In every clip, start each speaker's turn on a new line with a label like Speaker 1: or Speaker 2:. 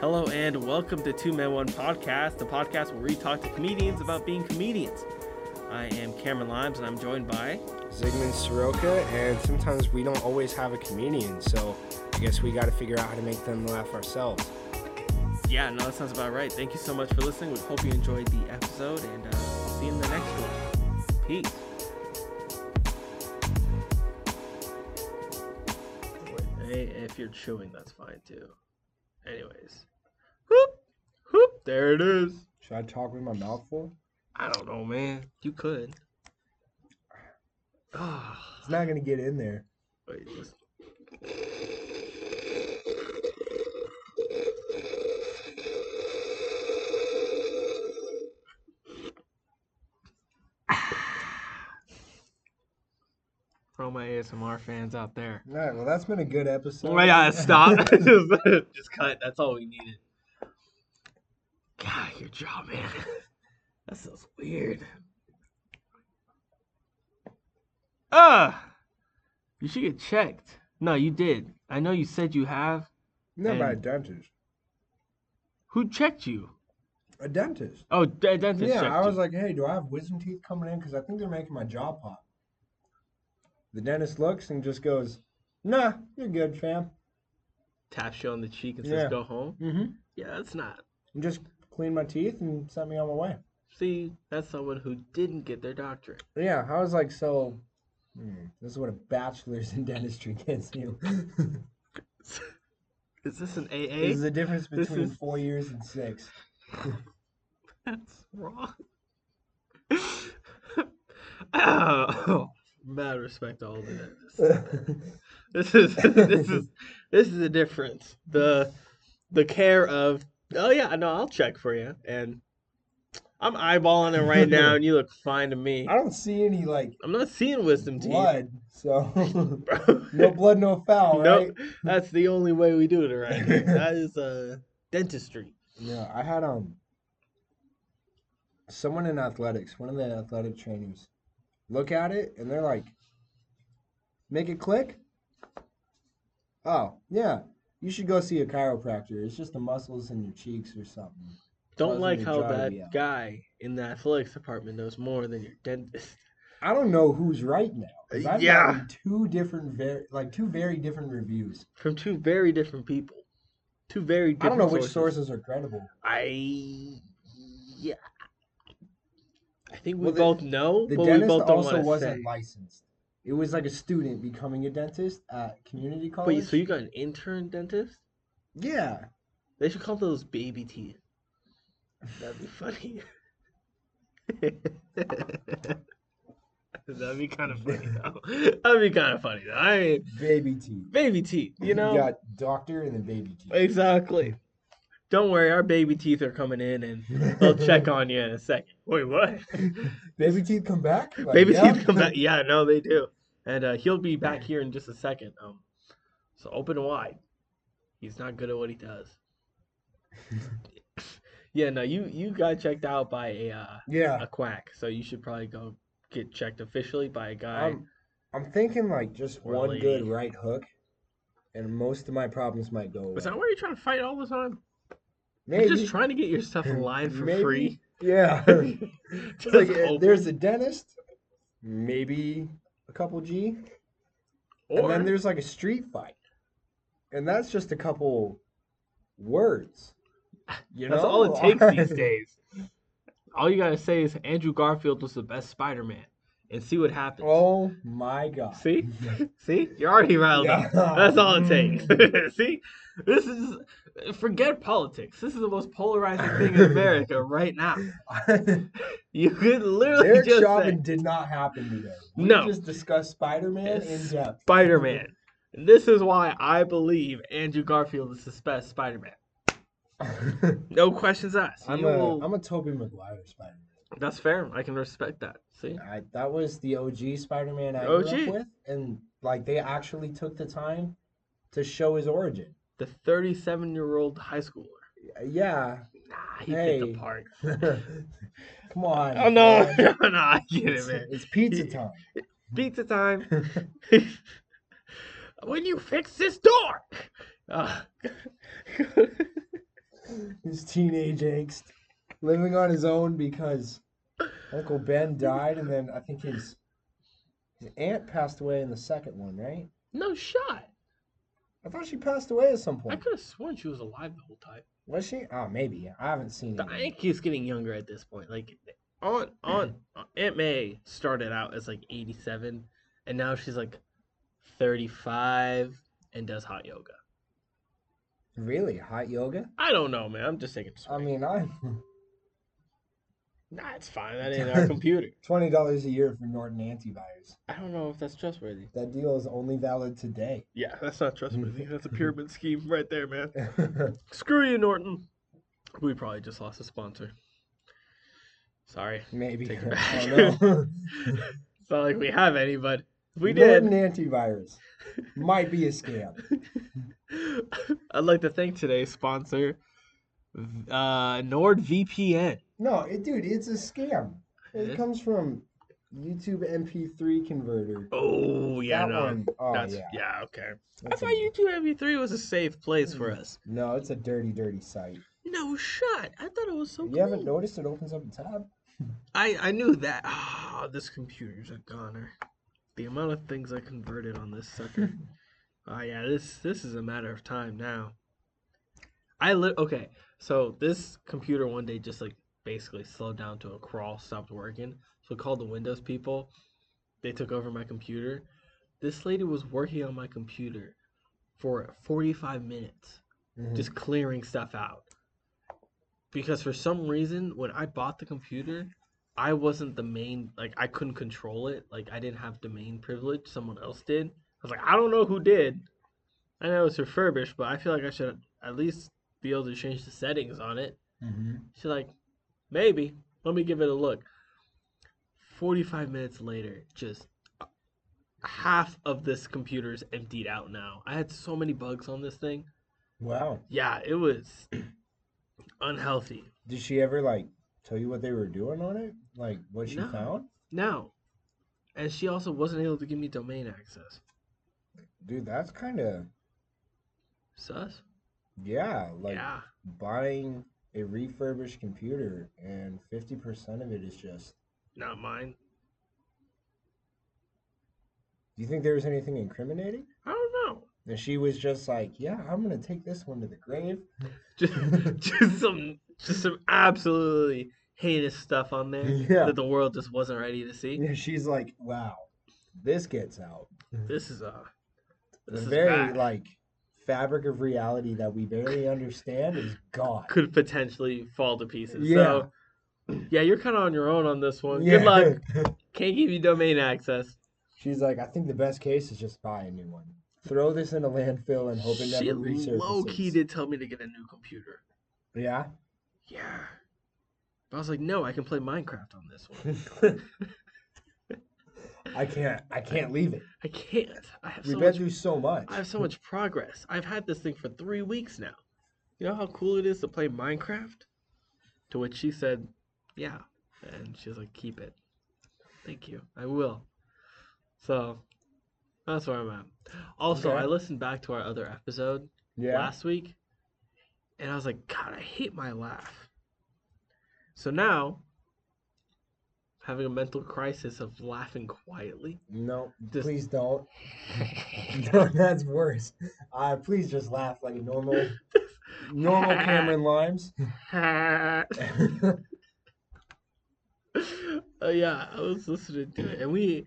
Speaker 1: Hello and welcome to Two Men One Podcast, the podcast where we talk to comedians about being comedians. I am Cameron Limes and I'm joined by
Speaker 2: Zygmunt Soroka, and sometimes we don't always have a comedian, so I guess we got to figure out how to make them laugh ourselves.
Speaker 1: yeah, no, that sounds about right. Thank you so much for listening. We hope you enjoyed the episode and uh, see you in the next one. Peace. Hey, if you're chewing, that's fine too. Anyways, whoop, whoop, there it is.
Speaker 2: Should I talk with my mouth full?
Speaker 1: I don't know, man. You could. Ah,
Speaker 2: It's not gonna get in there.
Speaker 1: wait, just For all my ASMR fans out there.
Speaker 2: All right, well that's been a good episode.
Speaker 1: Oh my god, stop. just, just cut. That's all we needed. God, your jaw, man. That sounds weird. Ah! You should get checked. No, you did. I know you said you have.
Speaker 2: Not by a
Speaker 1: And-
Speaker 2: dentist.
Speaker 1: Who checked you?
Speaker 2: A dentist.
Speaker 1: Oh, d- dentist
Speaker 2: yeah,
Speaker 1: checked
Speaker 2: I was
Speaker 1: you.
Speaker 2: like, hey, do I have wisdom teeth coming in? Because I think they're making my jaw pop. The dentist looks and just goes, Nah, you're good, fam.
Speaker 1: Taps you on the cheek and
Speaker 2: Yeah.
Speaker 1: says, go home.
Speaker 2: Mm-hmm.
Speaker 1: Yeah, that's not.
Speaker 2: And just cleaned my teeth and sent me on my way.
Speaker 1: See, that's someone who didn't get their doctorate.
Speaker 2: Yeah, I was like, so hmm, this is what a bachelor's in dentistry gets you.
Speaker 1: Is this an AA?
Speaker 2: There's the difference
Speaker 1: This
Speaker 2: between
Speaker 1: is-
Speaker 2: four years and six.
Speaker 1: That's wrong. Ow. Oh, Mad respect to all of it. This is this is this is the difference. The the care of oh yeah, no, I'll check for you. And I'm eyeballing it right now, and you look fine to me.
Speaker 2: I don't see any like
Speaker 1: I'm not seeing wisdom teeth.
Speaker 2: blood, so
Speaker 1: bro.
Speaker 2: no blood, no foul, right?
Speaker 1: Nope. That's the only way we do it around here. That is uh, dentistry.
Speaker 2: Yeah, I had um someone in athletics, one of the athletic trainers, look at it and they're like, "Make it click." Oh yeah, you should go see a chiropractor. It's just the muscles in your cheeks or something.
Speaker 1: Don't
Speaker 2: Causing
Speaker 1: like
Speaker 2: your
Speaker 1: how
Speaker 2: jaw to
Speaker 1: that
Speaker 2: be out.
Speaker 1: guy in the athletics department knows more than your dentist.
Speaker 2: I don't know who's right now. 'cause I've
Speaker 1: Yeah.
Speaker 2: gotten two different, ver- like two very different reviews.
Speaker 1: from two very different people. Two very
Speaker 2: I
Speaker 1: different
Speaker 2: don't know which
Speaker 1: sources.
Speaker 2: sources are credible.
Speaker 1: I yeah. I think we
Speaker 2: Well, the-
Speaker 1: both know,
Speaker 2: The
Speaker 1: but we
Speaker 2: dentist
Speaker 1: both don't
Speaker 2: also
Speaker 1: want to
Speaker 2: wasn't
Speaker 1: say.
Speaker 2: licensed. It was like a student becoming a dentist at community college.
Speaker 1: Wait, so you got an intern dentist?
Speaker 2: yeah,
Speaker 1: They should call those baby teeth. That'd be funny. That'd be kind of funny though. That'd be kind of funny though. I mean,
Speaker 2: baby teeth.
Speaker 1: baby teeth, you know.
Speaker 2: got doctor and then baby teeth.
Speaker 1: Exactly. Don't worry, our baby teeth are coming in, and they'll check on you in a second. Wait, what?
Speaker 2: Baby teeth come back. Like,
Speaker 1: Baby
Speaker 2: yeah.
Speaker 1: teeth come back. Yeah, no, they do. And uh, he'll be back here in just a second. Um, so open wide. He's not good at what he does. yeah, no, you you got checked out by a uh,
Speaker 2: Yeah,
Speaker 1: a quack, so you should probably go get checked officially by a guy.
Speaker 2: I'm, I'm thinking like just
Speaker 1: Or
Speaker 2: one good
Speaker 1: lady.
Speaker 2: right hook, and most of my problems might go away.
Speaker 1: Is that why you're trying to fight all the time?
Speaker 2: Maybe.
Speaker 1: You're just trying to get your stuff in line for
Speaker 2: Maybe.
Speaker 1: free.
Speaker 2: yeah.
Speaker 1: Just
Speaker 2: It's like, uh,
Speaker 1: open-
Speaker 2: there's a dentist, maybe a couple G, and
Speaker 1: or-
Speaker 2: then there's like a street fight, and that's just a couple words. You
Speaker 1: That's
Speaker 2: know,
Speaker 1: all it takes these days. All you gotta say is Andrew Garfield was the best Spider-Man, and see what happens.
Speaker 2: Oh my god!
Speaker 1: see, see, you're already riled up.
Speaker 2: Yeah. Mm.
Speaker 1: That's all it takes. see, this is forget politics. This is the most polarizing thing in America right now. You could literally
Speaker 2: Eric
Speaker 1: just
Speaker 2: Chauvin
Speaker 1: say
Speaker 2: did not happen today. We
Speaker 1: No.
Speaker 2: just discussed Spider Man in
Speaker 1: Yes.
Speaker 2: depth.
Speaker 1: Spider-Man. And this is why I believe Andrew Garfield is the best Spider-Man.
Speaker 2: I'm
Speaker 1: No questions asked. You
Speaker 2: a
Speaker 1: will-
Speaker 2: I'm a Tobey Maguire Spider
Speaker 1: That's fair. I can respect that. See,
Speaker 2: Man. I that was the OG Spider Man
Speaker 1: The
Speaker 2: I grew
Speaker 1: OG.
Speaker 2: up with, and like they actually took the time to show his origin.
Speaker 1: the 37-year-old high schooler.
Speaker 2: Yeah.
Speaker 1: Nah, he hit
Speaker 2: Hey.
Speaker 1: the park.
Speaker 2: Come on.
Speaker 1: Oh no,
Speaker 2: man.
Speaker 1: no, no, I get it,
Speaker 2: It's,
Speaker 1: man.
Speaker 2: it's pizza time.
Speaker 1: Pizza time. when you fix this door. Uh,
Speaker 2: his teenage angst, living on his own because Uncle Ben died, and then I think his his aunt passed away in the second one, right?
Speaker 1: No shot.
Speaker 2: I thought she passed away at some
Speaker 1: I
Speaker 2: point.
Speaker 1: could have sworn she was alive the whole time.
Speaker 2: Was she? Oh, maybe. I haven't seen
Speaker 1: The
Speaker 2: it.
Speaker 1: Aunt keeps getting younger at this point. Like Aunt Aunt Aunt May started out as like 87, and now she's like 35 and does hot yoga.
Speaker 2: Really, hot yoga?
Speaker 1: I don't know, man. I'm just taking.
Speaker 2: I
Speaker 1: swings.
Speaker 2: mean, I'm
Speaker 1: nah, it's fine. That ain't our computer.
Speaker 2: twenty dollars a year for Norton antivirus.
Speaker 1: I don't know if that's trustworthy.
Speaker 2: That deal is only valid today.
Speaker 1: Yeah, that's not trustworthy.
Speaker 2: Mm-hmm.
Speaker 1: That's a pyramid scheme right there, man. Screw you, Norton. We probably just lost a sponsor. Sorry.
Speaker 2: Maybe.
Speaker 1: Take it
Speaker 2: I
Speaker 1: back.
Speaker 2: don't know.
Speaker 1: It's not like we have any, but if we
Speaker 2: Norton
Speaker 1: did.
Speaker 2: antivirus might be a scam.
Speaker 1: I'd like to thank today's sponsor, v- uh, NordVPN.
Speaker 2: No, it, dude, it's a scam. It
Speaker 1: Mhm.
Speaker 2: comes from YouTube MP3 converter.
Speaker 1: Oh yeah,
Speaker 2: that
Speaker 1: no,
Speaker 2: one. Oh
Speaker 1: that's
Speaker 2: yeah.
Speaker 1: yeah, okay.
Speaker 2: that's
Speaker 1: I
Speaker 2: a- Mm-hmm.
Speaker 1: thought YouTube MP3 was a safe place for us.
Speaker 2: No, it's a dirty, dirty site.
Speaker 1: No shot. I thought it was so.
Speaker 2: you
Speaker 1: cool.
Speaker 2: haven't noticed it opens up a tab?
Speaker 1: I I knew that. Ah, this computer's a goner. The amount of things I converted on this sucker. Ah, yeah, this this is a matter of time now. I li- okay, so this computer one day just like basically slowed down to a crawl, stopped working. So I called the Windows people. They took over my computer. This lady was working on my computer for 45 minutes
Speaker 2: Mhm.
Speaker 1: just clearing stuff out. Because for some reason, when I bought the computer, I wasn't the main, like, I couldn't control it. Like, I didn't have domain privilege. Someone else did. I was like, I don't know who did. I know it's refurbished, but I feel like I should at least be able to change the settings on it.
Speaker 2: Mhm.
Speaker 1: She's like, maybe. Let me give it a look. 45 minutes later, just half of this computer is emptied out now. I had so many bugs on this thing.
Speaker 2: Wow.
Speaker 1: Yeah, it was unhealthy.
Speaker 2: Did she ever like tell you what they were doing on it? Like what she
Speaker 1: No.
Speaker 2: found?
Speaker 1: Now, and she also wasn't able to give me domain access.
Speaker 2: Dude, that's kind of
Speaker 1: Sus?
Speaker 2: yeah. Like
Speaker 1: yeah.
Speaker 2: buying a refurbished computer and fifty percent of it is just.
Speaker 1: Not mine.
Speaker 2: Do you think there was anything incriminating?
Speaker 1: I don't know.
Speaker 2: And she was just like, "Yeah, I'm gonna take this one to the grave."
Speaker 1: Just, just some just some absolutely heinous stuff on there
Speaker 2: Yeah.
Speaker 1: that the world just wasn't ready to see.
Speaker 2: And she's like, "Wow, this gets out."
Speaker 1: This is uh
Speaker 2: The
Speaker 1: this is
Speaker 2: very
Speaker 1: bad.
Speaker 2: like fabric of reality that we barely understand is gone.
Speaker 1: could potentially fall to pieces.
Speaker 2: Yeah.
Speaker 1: So yeah, you're kinda on your own on this one. Good luck. Can't give you domain access.
Speaker 2: She's like, "I think the best case is just buy a new one, throw this in a landfill, and hope it
Speaker 1: she
Speaker 2: never resurfaces."
Speaker 1: low key did tell me to get a new computer.
Speaker 2: Yeah.
Speaker 1: Yeah. But I was like, no, I can play Minecraft on this one.
Speaker 2: I can't. I can't leave it.
Speaker 1: I can't. I have
Speaker 2: We've
Speaker 1: so
Speaker 2: been
Speaker 1: much.
Speaker 2: through so much.
Speaker 1: I have so much progress. I've had this thing for three weeks now. You know how cool it is to play Minecraft. To which she said, "Yeah," and she was like, "Keep it. Thank you. I will." So that's where I'm at. Also,
Speaker 2: Okay.
Speaker 1: I listened back to our other episode
Speaker 2: yeah.
Speaker 1: last week, and I was like, God, I hate my laugh. So now, having a mental crisis of laughing quietly.
Speaker 2: No,
Speaker 1: Just-
Speaker 2: please don't. No, that's worse. Uh, please just laugh like a normal, normal Cameron Limes.
Speaker 1: Uh, yeah, I was listening to it, and we,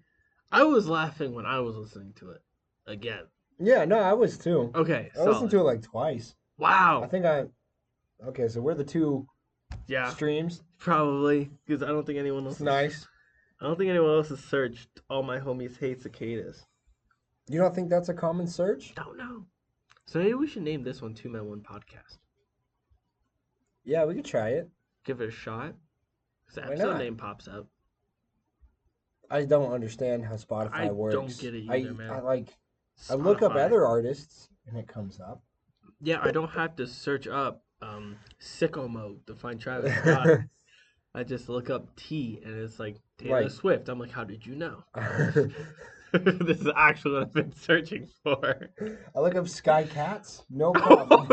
Speaker 1: I was laughing when I was listening to it again.
Speaker 2: yeah, no, I was too.
Speaker 1: Okay,
Speaker 2: I
Speaker 1: solid.
Speaker 2: listened to it like twice. I
Speaker 1: wow,
Speaker 2: think I. Okay, so we're the two
Speaker 1: yeah,
Speaker 2: streams.
Speaker 1: probably because I don't think anyone else.
Speaker 2: It's nice.
Speaker 1: I don't think anyone else has searched. All my homies hate cicadas.
Speaker 2: You don't think that's a common search?
Speaker 1: Don't know. So maybe we should name this one Two Men One Podcast.
Speaker 2: Yeah, we could try it.
Speaker 1: Give it a shot. 'Cause the
Speaker 2: Why
Speaker 1: episode
Speaker 2: not?
Speaker 1: name pops up.
Speaker 2: I don't understand how Spotify
Speaker 1: I don't
Speaker 2: works.
Speaker 1: get it
Speaker 2: I,
Speaker 1: either, man.
Speaker 2: I like. I look up
Speaker 1: Spotify.
Speaker 2: other artists and it comes up.
Speaker 1: Yeah, I don't have to search up um, sicko mode to find Travis
Speaker 2: Oh
Speaker 1: Scott. I just look up T and it's like Taylor
Speaker 2: Right.
Speaker 1: Swift. I'm like, how did you know? this is actually what I've been searching for.
Speaker 2: I look up sky cats, no problem.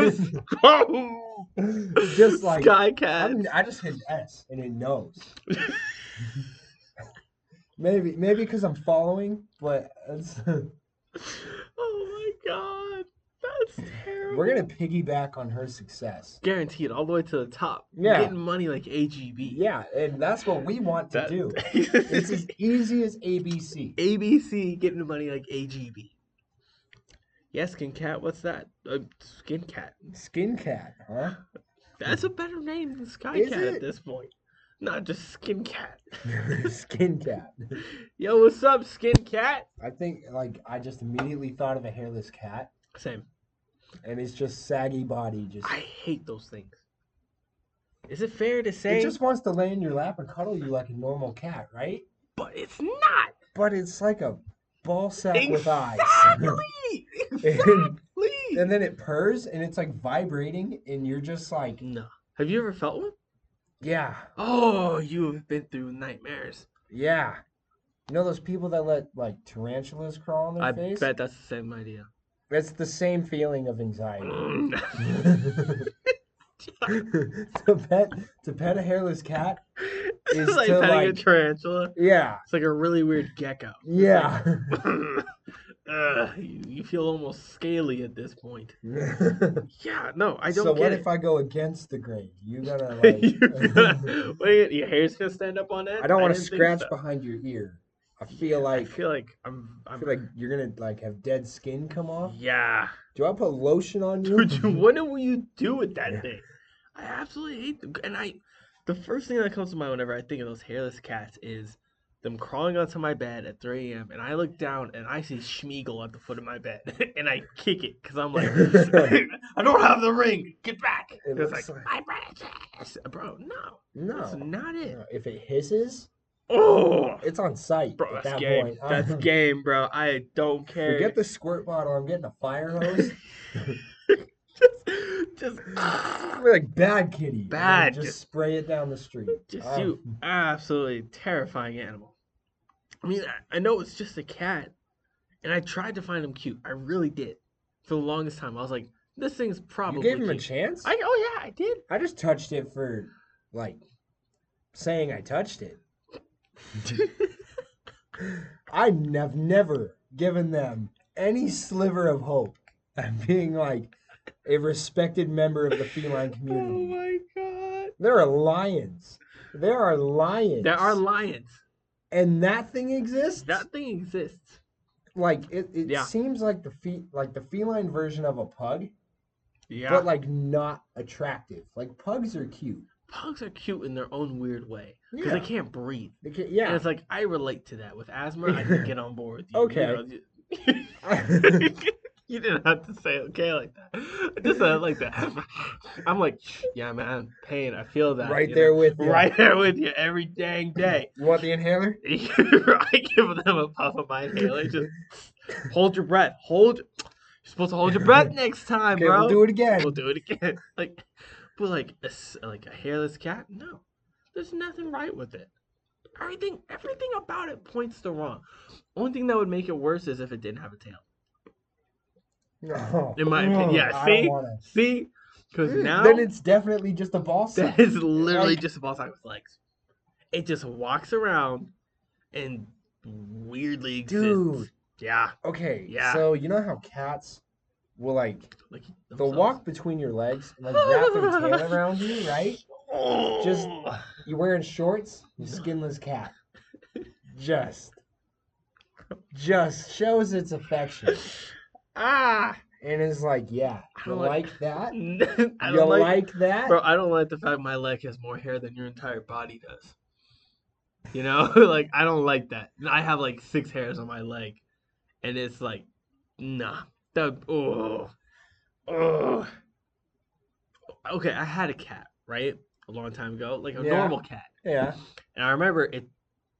Speaker 1: Oh,
Speaker 2: just like
Speaker 1: Sky
Speaker 2: I,
Speaker 1: Cat.
Speaker 2: mean, I just hit S and it knows. maybe maybe because I'm following, but it's,
Speaker 1: Oh my god, that's terrible.
Speaker 2: we're gonna piggyback on her success.
Speaker 1: guarantee it all the way to the top.
Speaker 2: Yeah.
Speaker 1: getting money like AGB.
Speaker 2: Yeah, and that's what we want to
Speaker 1: That-
Speaker 2: do. It's as easy as ABC.
Speaker 1: ABC getting money like AGB. Yeah, skin cat. What's that? Uh, skin cat.
Speaker 2: Skin cat, huh?
Speaker 1: That's a better name than Sky
Speaker 2: Is
Speaker 1: Cat
Speaker 2: it?
Speaker 1: at this point. Not just Skin Cat.
Speaker 2: Skin cat.
Speaker 1: Yo, what's up, Skin Cat?
Speaker 2: I think like I just immediately thought of a hairless cat,
Speaker 1: Same.
Speaker 2: and it's just saggy body. Just
Speaker 1: I hate those things. Is it fair to say?
Speaker 2: it just wants to lay in your lap and cuddle you like a normal cat, right?
Speaker 1: But it's not.
Speaker 2: But it's like a ball sack with eyes.
Speaker 1: Exactly.
Speaker 2: and,
Speaker 1: Exactly.
Speaker 2: and then it purrs and it's like vibrating and you're just like
Speaker 1: No. Have you ever felt one?
Speaker 2: yeah
Speaker 1: Oh, you have been through nightmares.
Speaker 2: yeah you know those people that let like tarantulas crawl on their
Speaker 1: I
Speaker 2: face
Speaker 1: bet that's the same idea.
Speaker 2: it's the same feeling of anxiety
Speaker 1: Mm.
Speaker 2: to pet to pet a hairless cat Is
Speaker 1: it's like
Speaker 2: to,
Speaker 1: petting a
Speaker 2: like-
Speaker 1: tarantula.
Speaker 2: yeah
Speaker 1: It's like a really weird gecko.
Speaker 2: yeah
Speaker 1: Ugh, you, you feel almost scaly at this point.
Speaker 2: so
Speaker 1: Yeah, no, I don't get
Speaker 2: what
Speaker 1: it.
Speaker 2: if i go against the grain you gotta like
Speaker 1: You're gonna- wait, your hair's gonna stand up on that?
Speaker 2: i don't want to
Speaker 1: didn't think
Speaker 2: scratch
Speaker 1: so.
Speaker 2: behind your ear i feel like
Speaker 1: I feel like I'm.
Speaker 2: I
Speaker 1: I'm
Speaker 2: feel like you're gonna like have dead skin come off.
Speaker 1: yeah.
Speaker 2: Do I put lotion on you?
Speaker 1: Dude, you, what do you do with that
Speaker 2: Oh, Yeah.
Speaker 1: thing? I absolutely hate them. And I, the first thing that comes to mind whenever I think of those hairless cats is them crawling onto my bed at 3 a.m. And I look down and I see Schmeagle at the foot of my bed, and I kick it because I'm like, I don't have the ring. Get back.
Speaker 2: It
Speaker 1: And it's
Speaker 2: looks
Speaker 1: like, my precious. Bro, no, that's
Speaker 2: no.
Speaker 1: not it.
Speaker 2: no. If it hisses,
Speaker 1: Oh,
Speaker 2: it's on site
Speaker 1: bro,
Speaker 2: at
Speaker 1: that's
Speaker 2: that
Speaker 1: game.
Speaker 2: point. uh-huh.
Speaker 1: That's game, bro. I don't care.
Speaker 2: Forget the squirt bottle. I'm getting a fire hose.
Speaker 1: just,
Speaker 2: We're like bad kitty. and then
Speaker 1: Bad.
Speaker 2: Just spray it down the street.
Speaker 1: just
Speaker 2: Um,
Speaker 1: you absolutely terrifying animal. I mean, I, I know it's just a cat, and I tried to find him cute. I really did. For the longest time, I was like, this thing's
Speaker 2: You
Speaker 1: probably
Speaker 2: gave him a
Speaker 1: cute.
Speaker 2: chance.
Speaker 1: I oh yeah, I did.
Speaker 2: I just touched it for like saying I touched it. I have never given them any sliver of hope at being like a respected member of the feline
Speaker 1: Oh
Speaker 2: community.
Speaker 1: my god.
Speaker 2: There are lions. There are lions.
Speaker 1: There are lions.
Speaker 2: and that thing exists.
Speaker 1: That thing exists.
Speaker 2: like it, it
Speaker 1: Yeah.
Speaker 2: seems like the fe- like the feline version of a pug,
Speaker 1: Yeah.
Speaker 2: but like not attractive. Like pugs are cute.
Speaker 1: Pugs are cute in their own weird way because
Speaker 2: Yeah.
Speaker 1: they can't breathe.
Speaker 2: They can-
Speaker 1: And
Speaker 2: yeah.
Speaker 1: it's like I relate to that with asthma. I can get on board with you.
Speaker 2: Okay.
Speaker 1: You, know, you didn't have to say okay like that. Just uh, like that. I'm like, yeah, man, pain. I feel that.
Speaker 2: right
Speaker 1: you
Speaker 2: there
Speaker 1: know?
Speaker 2: with you.
Speaker 1: right there with you every dang day.
Speaker 2: You want the inhaler?
Speaker 1: I give them a puff of my inhaler. Just hold your breath. Hold. You're supposed to hold your breath next time,
Speaker 2: Okay,
Speaker 1: bro.
Speaker 2: we'll do it again.
Speaker 1: We'll do it again. Like, but like a, s- like a hairless cat? No, there's nothing right with it. Everything everything about it points to wrong. Only thing that would make it worse is if it didn't have a tail.
Speaker 2: No.
Speaker 1: In my
Speaker 2: No,
Speaker 1: opinion, yeah.
Speaker 2: Oh. I don't
Speaker 1: See,
Speaker 2: wanna.
Speaker 1: see, because
Speaker 2: Mm,
Speaker 1: now
Speaker 2: then it's definitely just a ball sack.
Speaker 1: that is literally
Speaker 2: like-
Speaker 1: just a ball sack with legs. It just walks around and weirdly exists.
Speaker 2: Dude.
Speaker 1: Yeah,
Speaker 2: Okay,
Speaker 1: Yeah.
Speaker 2: so you know how cats will like
Speaker 1: like
Speaker 2: they'll walk between your legs and like wrap their tail around you, right?
Speaker 1: themselves.
Speaker 2: just- You're wearing shorts, you skinless cat. Just just shows its affection
Speaker 1: ah.
Speaker 2: and is like, yeah,
Speaker 1: I
Speaker 2: you
Speaker 1: don't like-
Speaker 2: like, that?
Speaker 1: I don't
Speaker 2: you like,
Speaker 1: like,
Speaker 2: that?
Speaker 1: Bro, I don't like the fact my leg has more hair than your entire body does. You know, like I don't like that. I have like six hairs on my leg, and it's like, nah. That oh, oh. Okay, I had a cat right a long time ago, like a
Speaker 2: Yeah.
Speaker 1: normal cat,
Speaker 2: Yeah.
Speaker 1: and I remember it.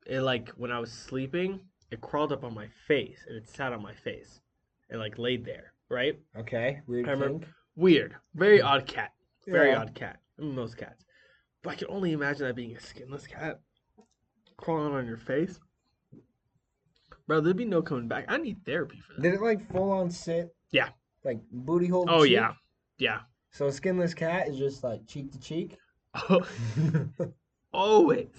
Speaker 1: It like when I was sleeping, it crawled up on my face and it sat on my face, and like laid there. Right,
Speaker 2: Okay. Weird
Speaker 1: I remember-
Speaker 2: thing.
Speaker 1: weird, very odd cat. Very
Speaker 2: Yeah.
Speaker 1: odd cat. I mean, most cats. But I can only imagine that being a skinless cat crawling on your face. Bro, there'd be no coming back. I need therapy for that.
Speaker 2: Did it like full on sit?
Speaker 1: Yeah.
Speaker 2: Like booty hole. to
Speaker 1: oh
Speaker 2: cheek?
Speaker 1: yeah. Yeah.
Speaker 2: So skinless cat is just like cheek to cheek.
Speaker 1: Oh, always.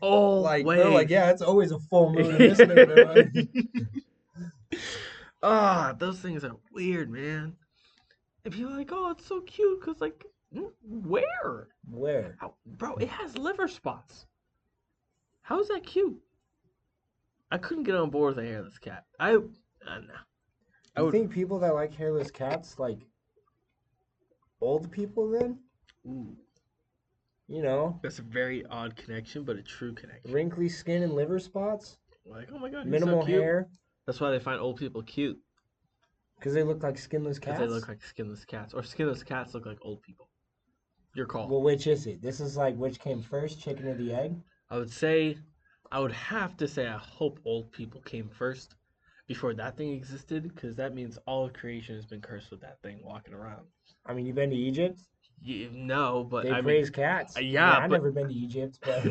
Speaker 1: Always.
Speaker 2: like they're like yeah, it's always a full moon. in this neighborhood."
Speaker 1: Ah, those things are weird, man. And people are like, oh, it's so cute, cause like, mm, where,
Speaker 2: Where?
Speaker 1: How- bro? It has liver spots. How is that cute? I couldn't get on board with a hairless cat. I, uh, no. I
Speaker 2: I
Speaker 1: would-
Speaker 2: think people that like hairless cats like old people. Then
Speaker 1: Ooh,
Speaker 2: you know,
Speaker 1: that's a very odd connection, but a true connection.
Speaker 2: wrinkly skin and liver spots,
Speaker 1: Like, oh my god, he's so
Speaker 2: minimal
Speaker 1: cute.
Speaker 2: hair,
Speaker 1: That's why they find old people cute
Speaker 2: because they look like skinless
Speaker 1: because
Speaker 2: cats.
Speaker 1: they look like skinless cats, or skinless cats look like old people. Your call.
Speaker 2: well, which is it? This is like which came first, chicken or the egg?
Speaker 1: I would say, I would have to say, I hope old people came first before that thing existed, because that means all of creation has been cursed with that thing walking around.
Speaker 2: I mean, you've been to Egypt?
Speaker 1: You, no, but
Speaker 2: They
Speaker 1: I mean,
Speaker 2: praise cats.
Speaker 1: uh,
Speaker 2: I mean,
Speaker 1: yeah,
Speaker 2: I've
Speaker 1: but-
Speaker 2: never been to Egypt, but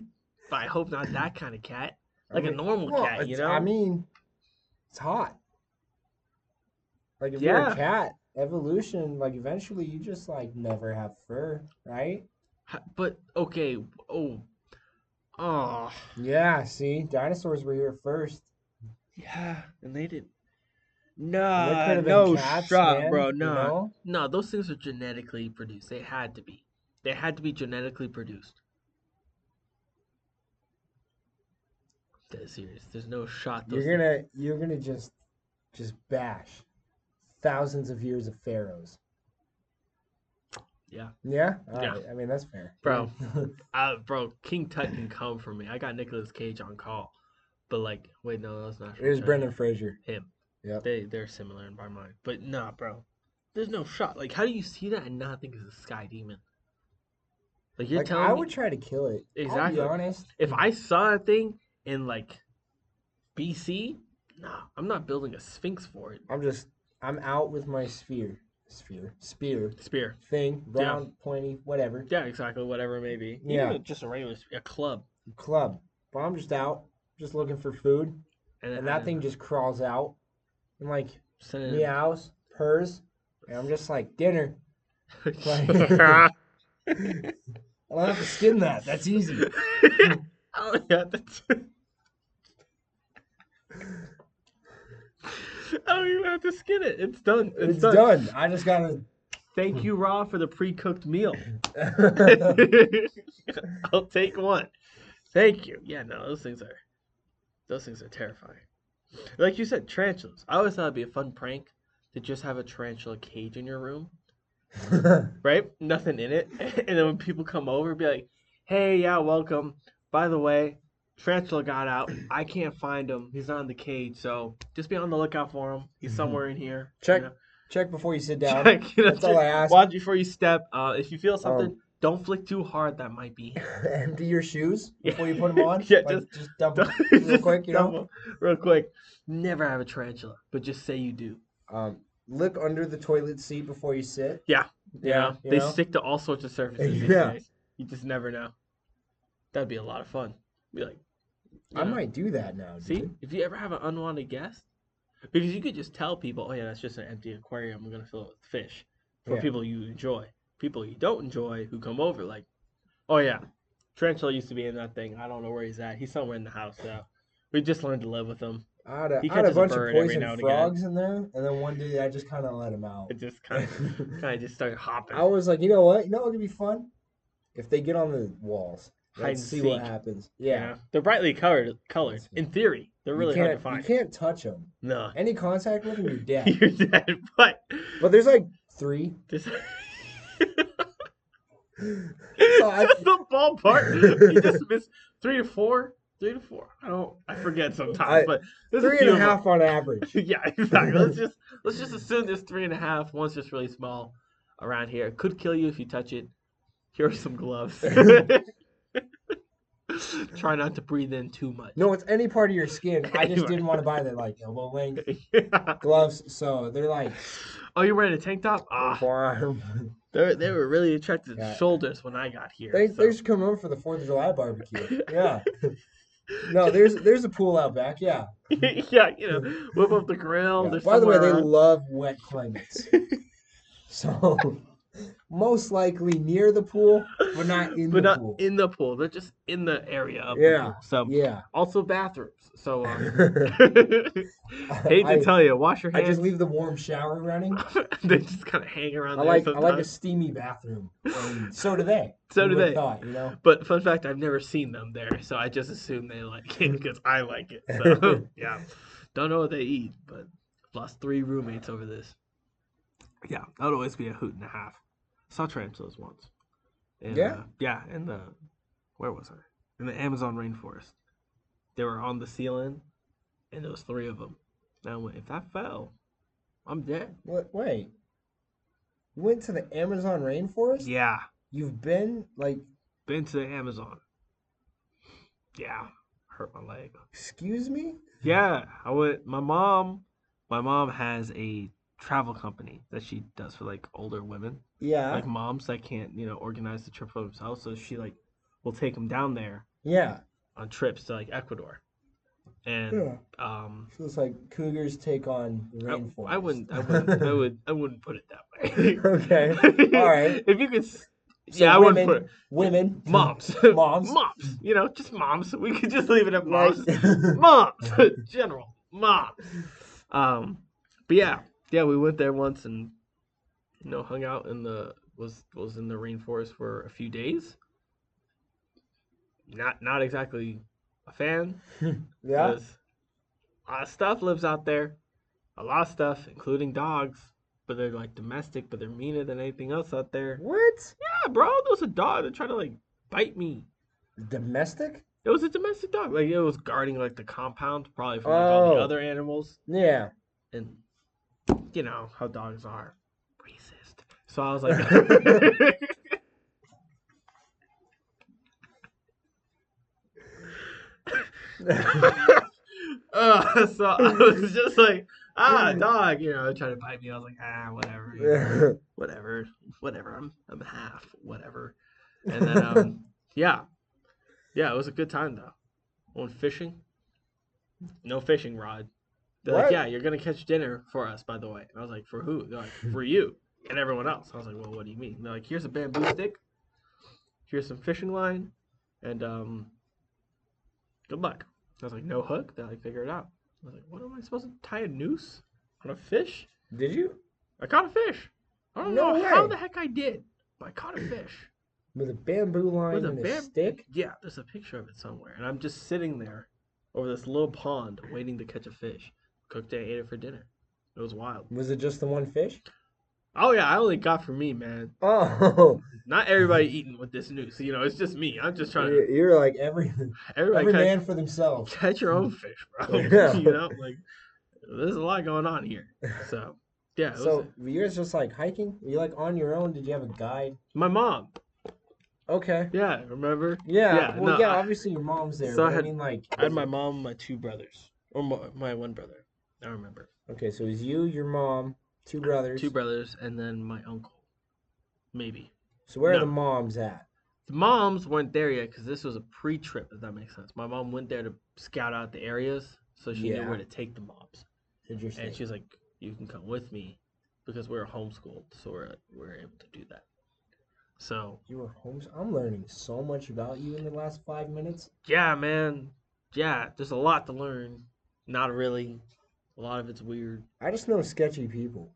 Speaker 1: but I hope not that kind of cat,
Speaker 2: I
Speaker 1: like a
Speaker 2: mean,
Speaker 1: normal
Speaker 2: well,
Speaker 1: cat, you
Speaker 2: it's-
Speaker 1: know?
Speaker 2: I mean, it's hot. Like if you're
Speaker 1: Yeah.
Speaker 2: a cat, evolution, like eventually you just like never have fur, right?
Speaker 1: Ha- but okay, oh, oh,
Speaker 2: Yeah, see, dinosaurs were here first.
Speaker 1: yeah, and they didn't.
Speaker 2: There
Speaker 1: Nah,
Speaker 2: could've been
Speaker 1: Uh, no
Speaker 2: cats,
Speaker 1: shot,
Speaker 2: man,
Speaker 1: bro.
Speaker 2: you
Speaker 1: Nah,
Speaker 2: know?
Speaker 1: No, those things are genetically produced. They had to be. They had to be genetically produced. That's serious. There's no shot. Those
Speaker 2: You're gonna you're gonna just just bash thousands of years of pharaohs.
Speaker 1: Yeah.
Speaker 2: Yeah? All
Speaker 1: Yeah.
Speaker 2: right. I mean that's fair.
Speaker 1: Bro. uh, bro, King Tut can come for me. I got Nicolas Cage on call, but like, wait, no, that's not.
Speaker 2: it was
Speaker 1: Schwarzenegger.
Speaker 2: Brendan Fraser.
Speaker 1: Him.
Speaker 2: Yep.
Speaker 1: They they're similar in my mind, but nah, bro. There's no shot. Like, how do you see that and not think it's a sky demon? Like you're
Speaker 2: Like
Speaker 1: telling
Speaker 2: I
Speaker 1: me
Speaker 2: would try to kill it. I'll
Speaker 1: Exactly.
Speaker 2: be honest.
Speaker 1: if I saw a thing in like BC, nah, I'm not building a Sphinx for it.
Speaker 2: I'm just I'm out with my sphere. Sphere. Spear.
Speaker 1: Spear.
Speaker 2: Thing.
Speaker 1: Yeah.
Speaker 2: Round, pointy, whatever.
Speaker 1: Yeah, exactly. Whatever it may be. Even
Speaker 2: Yeah.
Speaker 1: if just a regular spear, a club.
Speaker 2: Club. But I'm just out, just looking for food. And that thing just crawls out and like
Speaker 1: Send it in.
Speaker 2: meows, purrs, and I'm just like dinner.
Speaker 1: oh
Speaker 2: I don't have to skin that. That's easy.
Speaker 1: Oh, yeah, that's. I don't even have to skin it. It's done. It's,
Speaker 2: It's, done. I just gotta.
Speaker 1: Thank you, Raw, for the pre-cooked meal.
Speaker 2: I
Speaker 1: I'll take one. Thank you. Yeah, no, those things are those things are terrifying. Like you said, tarantulas. I always thought it'd be a fun prank to just have a tarantula cage in your room, right? Nothing in it. And then when people come over, be like, "Hey, yeah, welcome. By the way, tarantula got out. I can't find him. He's not in the cage, so just be on the lookout for him. He's
Speaker 2: Mhm.
Speaker 1: somewhere in here. you
Speaker 2: Check
Speaker 1: know?
Speaker 2: Check before you sit down.
Speaker 1: Check, you know,
Speaker 2: That's all I ask. Um,
Speaker 1: Watch before you step. Uh, if you feel something, don't flick too hard. That might be. him.
Speaker 2: Empty your shoes
Speaker 1: Yeah.
Speaker 2: before you put them on.
Speaker 1: Yeah,
Speaker 2: like, just,
Speaker 1: just-
Speaker 2: dump them real
Speaker 1: Just
Speaker 2: quick, you know.
Speaker 1: double- Real quick. Never have a tarantula, but just say you do.
Speaker 2: Um, look under the toilet seat before you sit.
Speaker 1: Yeah. You know?
Speaker 2: you
Speaker 1: They
Speaker 2: know?
Speaker 1: stick to all sorts of surfaces these
Speaker 2: Yeah.
Speaker 1: days. You just never know. That'd be a lot of fun. Be like, you
Speaker 2: I
Speaker 1: know,
Speaker 2: might do that now,
Speaker 1: see
Speaker 2: dude.
Speaker 1: if you ever have an unwanted guest, because you could just tell people, oh yeah, that's just an empty aquarium. We're gonna fill it with fish for
Speaker 2: Yeah.
Speaker 1: people you enjoy. People you don't enjoy who come over, like, oh yeah, tarantula used to be in that thing. I don't know where he's at. He's somewhere in the house now. We just learned to live with him.
Speaker 2: I had a,
Speaker 1: He
Speaker 2: I had a
Speaker 1: catches a
Speaker 2: bunch of
Speaker 1: bird every now
Speaker 2: poison
Speaker 1: and again.
Speaker 2: frogs in there, and then one day I just kind of let them out.
Speaker 1: It just kind of kind of just started hopping.
Speaker 2: I was like, you know what? You know what would be fun? If they get on the walls,
Speaker 1: Hide and
Speaker 2: let's see what
Speaker 1: seek.
Speaker 2: happens.
Speaker 1: you
Speaker 2: Yeah,
Speaker 1: know? they're brightly colored. Colored
Speaker 2: That's-
Speaker 1: in theory, they're really
Speaker 2: you
Speaker 1: hard
Speaker 2: can't
Speaker 1: to find.
Speaker 2: you can't touch them.
Speaker 1: No,
Speaker 2: Any contact with them, you're dead.
Speaker 1: you're dead. But
Speaker 2: but there's like three.
Speaker 1: this, that's
Speaker 2: I-
Speaker 1: the ballpark. You just missed three to four. Three to four. I don't. I forget sometimes,
Speaker 2: I-
Speaker 1: but there's
Speaker 2: Three
Speaker 1: few
Speaker 2: and a
Speaker 1: of 'em.
Speaker 2: half on average.
Speaker 1: yeah, exactly. Let's just let's just assume there's three and a half. One's just really small around here. It could kill you if you touch it. Here are some gloves. Try not to breathe in too much.
Speaker 2: No, it's any part of your skin. I just
Speaker 1: Anyway.
Speaker 2: didn't want to buy that like elbow length gloves. So they're like
Speaker 1: Oh, you're wearing a tank top? Ah,
Speaker 2: forearm.
Speaker 1: they they were really attracted to
Speaker 2: Yeah.
Speaker 1: shoulders when I got here.
Speaker 2: They,
Speaker 1: so-
Speaker 2: they should come over for the Fourth of July barbecue. Yeah, No, there's there's a pool out back. Yeah.
Speaker 1: yeah, you know, whip up the grill.
Speaker 2: Yeah.
Speaker 1: Oh, There's
Speaker 2: By the way, they
Speaker 1: somewhere uh, on-
Speaker 2: love wet climates. so most likely near the pool, but not in
Speaker 1: but
Speaker 2: the
Speaker 1: not
Speaker 2: pool.
Speaker 1: in the pool. They're just in the area of the
Speaker 2: Yeah,
Speaker 1: pool. So
Speaker 2: yeah.
Speaker 1: also bathrooms. So um,
Speaker 2: I,
Speaker 1: hate to
Speaker 2: I-
Speaker 1: tell you, wash your
Speaker 2: I
Speaker 1: hands.
Speaker 2: just leave the warm shower running.
Speaker 1: they just kind of hang around
Speaker 2: I
Speaker 1: there
Speaker 2: like I
Speaker 1: sometimes.
Speaker 2: like a steamy bathroom. And so do they.
Speaker 1: So
Speaker 2: You
Speaker 1: do
Speaker 2: would've
Speaker 1: they.
Speaker 2: Thought, you know.
Speaker 1: But fun fact, I've never seen them there, so I just assume they like it because I like it. So yeah, don't know what they eat, but I've lost three roommates over this. Yeah, that would always be a hoot and a half. Saw tarantulas once. In,
Speaker 2: Yeah?
Speaker 1: uh, yeah, in the where was I? In the Amazon rainforest. They were on the ceiling, and there was three of them. And I went, if that fell, I'm dead.
Speaker 2: What? Wait. You went to the Amazon rainforest.
Speaker 1: Yeah,
Speaker 2: You've been like,
Speaker 1: been to the Amazon. Yeah, hurt my leg.
Speaker 2: excuse me.
Speaker 1: Yeah, I would. My mom, my mom has a travel company that she does for like older women,
Speaker 2: Yeah.
Speaker 1: like moms that can't, you know, organize the trip for themselves. So she like will take them down there
Speaker 2: yeah.
Speaker 1: on trips to like Ecuador, and
Speaker 2: Yeah.
Speaker 1: um,
Speaker 2: So it's like cougars take on the
Speaker 1: I,
Speaker 2: rainforest.
Speaker 1: I wouldn't, I wouldn't, I would, I wouldn't put it that way.
Speaker 2: okay. All right.
Speaker 1: If you could, s-
Speaker 2: So
Speaker 1: yeah, I
Speaker 2: women,
Speaker 1: wouldn't put it.
Speaker 2: women,
Speaker 1: Moms,
Speaker 2: Moms.
Speaker 1: moms, you know, just moms. We could just leave it at
Speaker 2: Like-
Speaker 1: moms. moms general moms um but yeah yeah we went there once and you know hung out in the was was in the rainforest for a few days not not exactly a fan
Speaker 2: yeah.
Speaker 1: 'cause a lot of stuff lives out there a lot of stuff including dogs but they're like domestic but they're meaner than anything else out there
Speaker 2: What?
Speaker 1: yeah bro there was a dog that tried to like bite me
Speaker 2: Domestic?
Speaker 1: it was a domestic dog. Like it was guarding like the compound, probably from like, all the
Speaker 2: Oh.
Speaker 1: other animals,
Speaker 2: Yeah.
Speaker 1: and you know how dogs are racist. So I was like, uh, so I was just like, ah, dog, you know, trying to bite me. I was like, ah, whatever, you know, whatever, whatever. I'm I'm half whatever, and then um, yeah, yeah, it was a good time though. Went fishing, no fishing rod. They're like,
Speaker 2: What?
Speaker 1: yeah, you're gonna catch dinner for us, by the way. And I was like, for who? They're like, for you and everyone else. I was like, well, what do you mean? And they're like, here's a bamboo stick, here's some fishing line, and um, good luck. I was like, no hook. They're like, figure it out. I was like, what am I supposed to tie a noose on a fish?
Speaker 2: Did you?
Speaker 1: I caught a fish. I don't
Speaker 2: No
Speaker 1: know how
Speaker 2: way.
Speaker 1: the heck I did, but I caught a fish.
Speaker 2: With a bamboo line
Speaker 1: With a
Speaker 2: and a
Speaker 1: bam-
Speaker 2: stick?
Speaker 1: Yeah, there's a picture of it somewhere, and I'm just sitting there over this little pond waiting to catch a fish. Cooked it, ate it for dinner. It was wild.
Speaker 2: Was it just the one fish?
Speaker 1: Oh yeah, I only got for me, man.
Speaker 2: Oh,
Speaker 1: Not everybody eating with this noose. You know, it's just me. I'm just trying to
Speaker 2: you're, you're like every
Speaker 1: everybody
Speaker 2: every
Speaker 1: catch,
Speaker 2: man for themselves.
Speaker 1: catch your own fish, bro.
Speaker 2: Yeah.
Speaker 1: you know, like there's a lot going on here. So yeah, it was,
Speaker 2: So were you guys just like hiking? Were you like on your own? Did you have a guide?
Speaker 1: my mom.
Speaker 2: Okay.
Speaker 1: Yeah, remember?
Speaker 2: Yeah.
Speaker 1: Yeah,
Speaker 2: well,
Speaker 1: no,
Speaker 2: yeah.
Speaker 1: I-
Speaker 2: obviously, your mom's there.
Speaker 1: So I
Speaker 2: but I
Speaker 1: had-
Speaker 2: mean, like,
Speaker 1: I had my mom, and my two brothers, or my, my one brother. I remember
Speaker 2: okay. So it was you, your mom, two brothers.
Speaker 1: two brothers, and then my uncle, maybe.
Speaker 2: So where
Speaker 1: No.
Speaker 2: are the moms at?
Speaker 1: The moms weren't there yet because this was a pre-trip, if that makes sense. My mom went there to scout out the areas, so she knew
Speaker 2: Yeah.
Speaker 1: where to take the moms.
Speaker 2: Interesting.
Speaker 1: And she was like, "You can come with me," because we are homeschooled, so we're we're able to do that. So
Speaker 2: you were homes. I'm learning so much about you in the last five minutes.
Speaker 1: yeah, man, yeah, there's a lot to learn. Not really. A lot of it's weird.
Speaker 2: I just know sketchy people.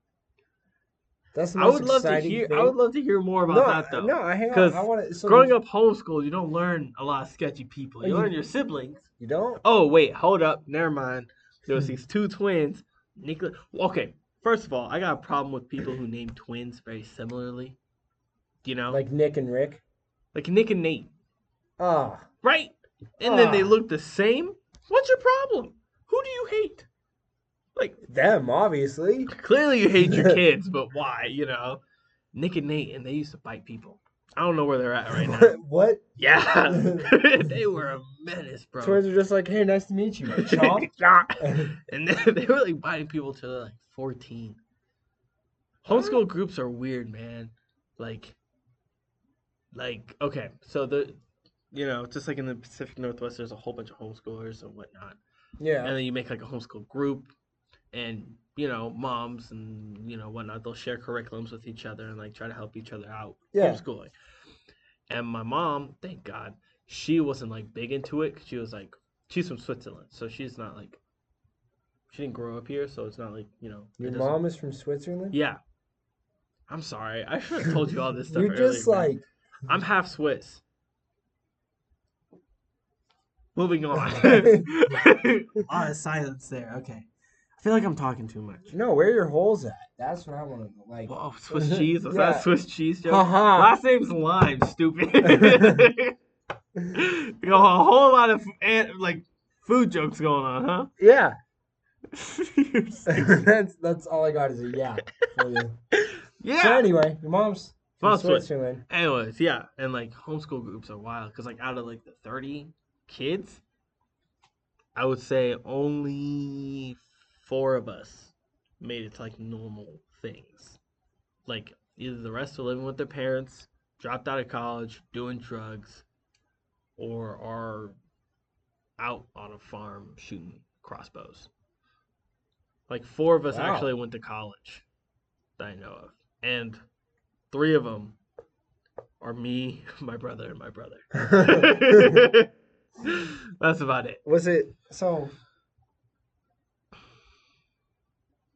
Speaker 2: That's the
Speaker 1: I
Speaker 2: most
Speaker 1: would love to
Speaker 2: exciting
Speaker 1: hear.
Speaker 2: Thing.
Speaker 1: I would love to hear more about
Speaker 2: no,
Speaker 1: that though.
Speaker 2: no, I hang on.
Speaker 1: 'Cause
Speaker 2: I want to. So
Speaker 1: Growing
Speaker 2: you,
Speaker 1: up homeschooled, you don't learn a lot of sketchy people.
Speaker 2: Oh,
Speaker 1: You
Speaker 2: you-
Speaker 1: learn your siblings.
Speaker 2: you don't.
Speaker 1: Oh wait, hold up. Never mind. There
Speaker 2: Hmm.
Speaker 1: was these two twins. Nicholas. Okay, first of all, I got a problem with people who name twins very similarly. You know, like,
Speaker 2: Like Nick and Rick.
Speaker 1: Nick and Nate,
Speaker 2: Ah,
Speaker 1: right? And then they
Speaker 2: Ah.
Speaker 1: look the same. What's your problem? Who do you hate? Like
Speaker 2: them obviously.
Speaker 1: clearly you hate your kids, but why? You know, Nick and Nate, and they used to bite people. I don't know where they're at right now.
Speaker 2: what?
Speaker 1: Yeah, they were a menace, bro.
Speaker 2: Twins are just like, hey, nice to meet you. Chomp.
Speaker 1: Chomp. and then they were like biting people till they're like 14. Homeschool groups are weird, man. Like, like okay, so the you know, just like in the Pacific Northwest, there's a whole bunch of homeschoolers and whatnot. And
Speaker 2: Yeah.
Speaker 1: then you make like a homeschool group, and you know, moms and you know whatnot, they'll share curriculums with each other and like try to help each other out
Speaker 2: Yeah.
Speaker 1: homeschooling. And my mom, thank God, she wasn't like big into it. 'cause She was like, she's from Switzerland, so she's not like, she didn't grow up here, so it's not like you know. it
Speaker 2: Your
Speaker 1: doesn't-
Speaker 2: mom is from Switzerland?
Speaker 1: Yeah. I'm sorry. I should have told you all this stuff.
Speaker 2: You're just
Speaker 1: earlier, man.
Speaker 2: like
Speaker 1: I'm half Swiss. Moving on. lot of silence there. Okay. I feel like I'm talking too much.
Speaker 2: no, where are your holes at? That's what I want to know. Like
Speaker 1: Oh, Swiss cheese. Was that
Speaker 2: Yeah.
Speaker 1: a Swiss cheese joke?
Speaker 2: haha.
Speaker 1: Last name's Lime, stupid. you got a whole lot of an- like food jokes going on,
Speaker 2: Yeah.
Speaker 1: huh?
Speaker 2: that's that's all I got is a yeah. for you. So
Speaker 1: yeah.
Speaker 2: anyway, your mom's from
Speaker 1: Mom's Swiss.
Speaker 2: Switzerland.
Speaker 1: Anyways, yeah, and like homeschool groups are wild because like out of like the thirty kids, I would say only four of us made it to like normal things. Like either the rest are living with their parents, dropped out of college, doing drugs, or are out on a farm shooting crossbows. Like four of us
Speaker 2: Wow.
Speaker 1: actually went to college that I know of, and three of them are me, my brother, and my brother. That's about it.
Speaker 2: Was it so?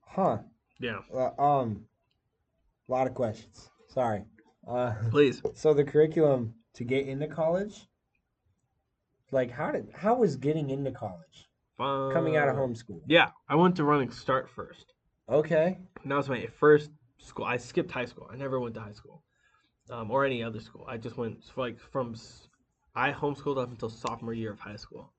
Speaker 2: Huh.
Speaker 1: Yeah.
Speaker 2: Uh, um. A lot of questions. Sorry. Uh,
Speaker 1: Please.
Speaker 2: so the curriculum to get into college. Like how did how was getting into college coming out of
Speaker 1: Uh,
Speaker 2: homeschool?
Speaker 1: Yeah, I went to running start first.
Speaker 2: Okay.
Speaker 1: And that was my first school. I skipped high school. I never went to high school, um, or any other school. I just went like from. s- I homeschooled up until sophomore year of high school,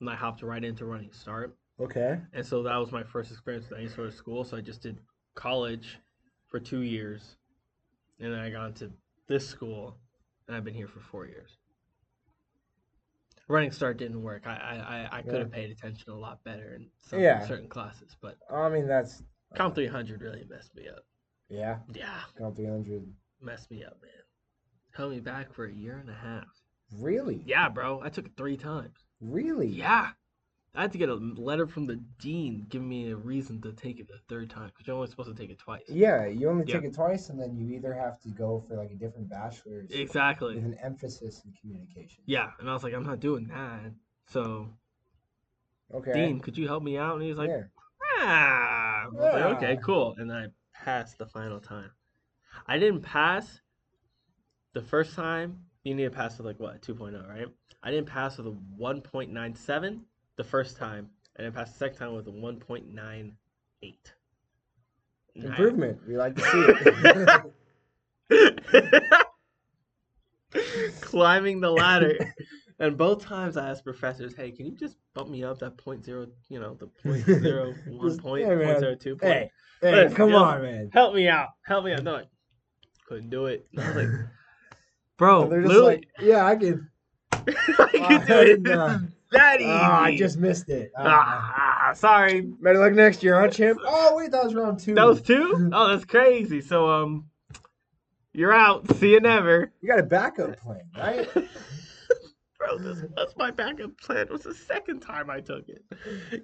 Speaker 1: and I hopped right into running start.
Speaker 2: Okay.
Speaker 1: And so that was my first experience with any sort of school. So I just did college for two years, and then I got into this school, and I've been here for four years. Running start didn't work. I I, I, I could
Speaker 2: Yeah.
Speaker 1: have paid attention a lot better in some,
Speaker 2: Yeah.
Speaker 1: certain classes, but
Speaker 2: I mean that's
Speaker 1: Comp 300 really messed me up.
Speaker 2: yeah.
Speaker 1: Yeah,
Speaker 2: Count three hundred.
Speaker 1: messed me up, man. Held me back for a year and a half.
Speaker 2: Really?
Speaker 1: Yeah, bro, I took it three times.
Speaker 2: Really?
Speaker 1: Yeah. I had to get a letter from the dean giving me a reason to take it the third time because you're only supposed to take it twice.
Speaker 2: Yeah, you only
Speaker 1: Yeah.
Speaker 2: take it twice, and then you either have to go for like a different bachelor's with
Speaker 1: Exactly.
Speaker 2: an emphasis in communication.
Speaker 1: Yeah. And I was like, I'm not doing that. So,
Speaker 2: Okay.
Speaker 1: Dean, could you help me out? And he was like,
Speaker 2: yeah.
Speaker 1: ah. I was like,
Speaker 2: Yeah.
Speaker 1: okay, cool. And I passed the final time. I didn't pass the first time. You need to pass with like what, 2.0, oh, right? I didn't pass with a 1.97 the first time. And I passed the second time with a 1.98. Nine.
Speaker 2: Improvement. We like to see it.
Speaker 1: climbing the ladder. And both times I asked professors, "Hey, can you just bump me up that point zero, you know, the point zero one
Speaker 2: Just-
Speaker 1: point,
Speaker 2: hey,
Speaker 1: point
Speaker 2: man.
Speaker 1: zero two point?
Speaker 2: hey, hey,
Speaker 1: Hey,
Speaker 2: come
Speaker 1: yeah.
Speaker 2: on, man.
Speaker 1: Help me out, help me out!" No, like, couldn't do it. And I was like, "Bro,
Speaker 2: And they're just
Speaker 1: literally,
Speaker 2: like, yeah, I can.
Speaker 1: I could do it. This
Speaker 2: uh,
Speaker 1: is that easy."
Speaker 2: Ah, I just missed it. Ah.
Speaker 1: ah, sorry,
Speaker 2: Better luck next year, huh, champ? Oh wait, that was round two.
Speaker 1: that was two. Oh, that's crazy. So, um, you're out. See you never.
Speaker 2: You got a backup plan, right?
Speaker 1: Bro, this was my backup plan. It was the second time I took it.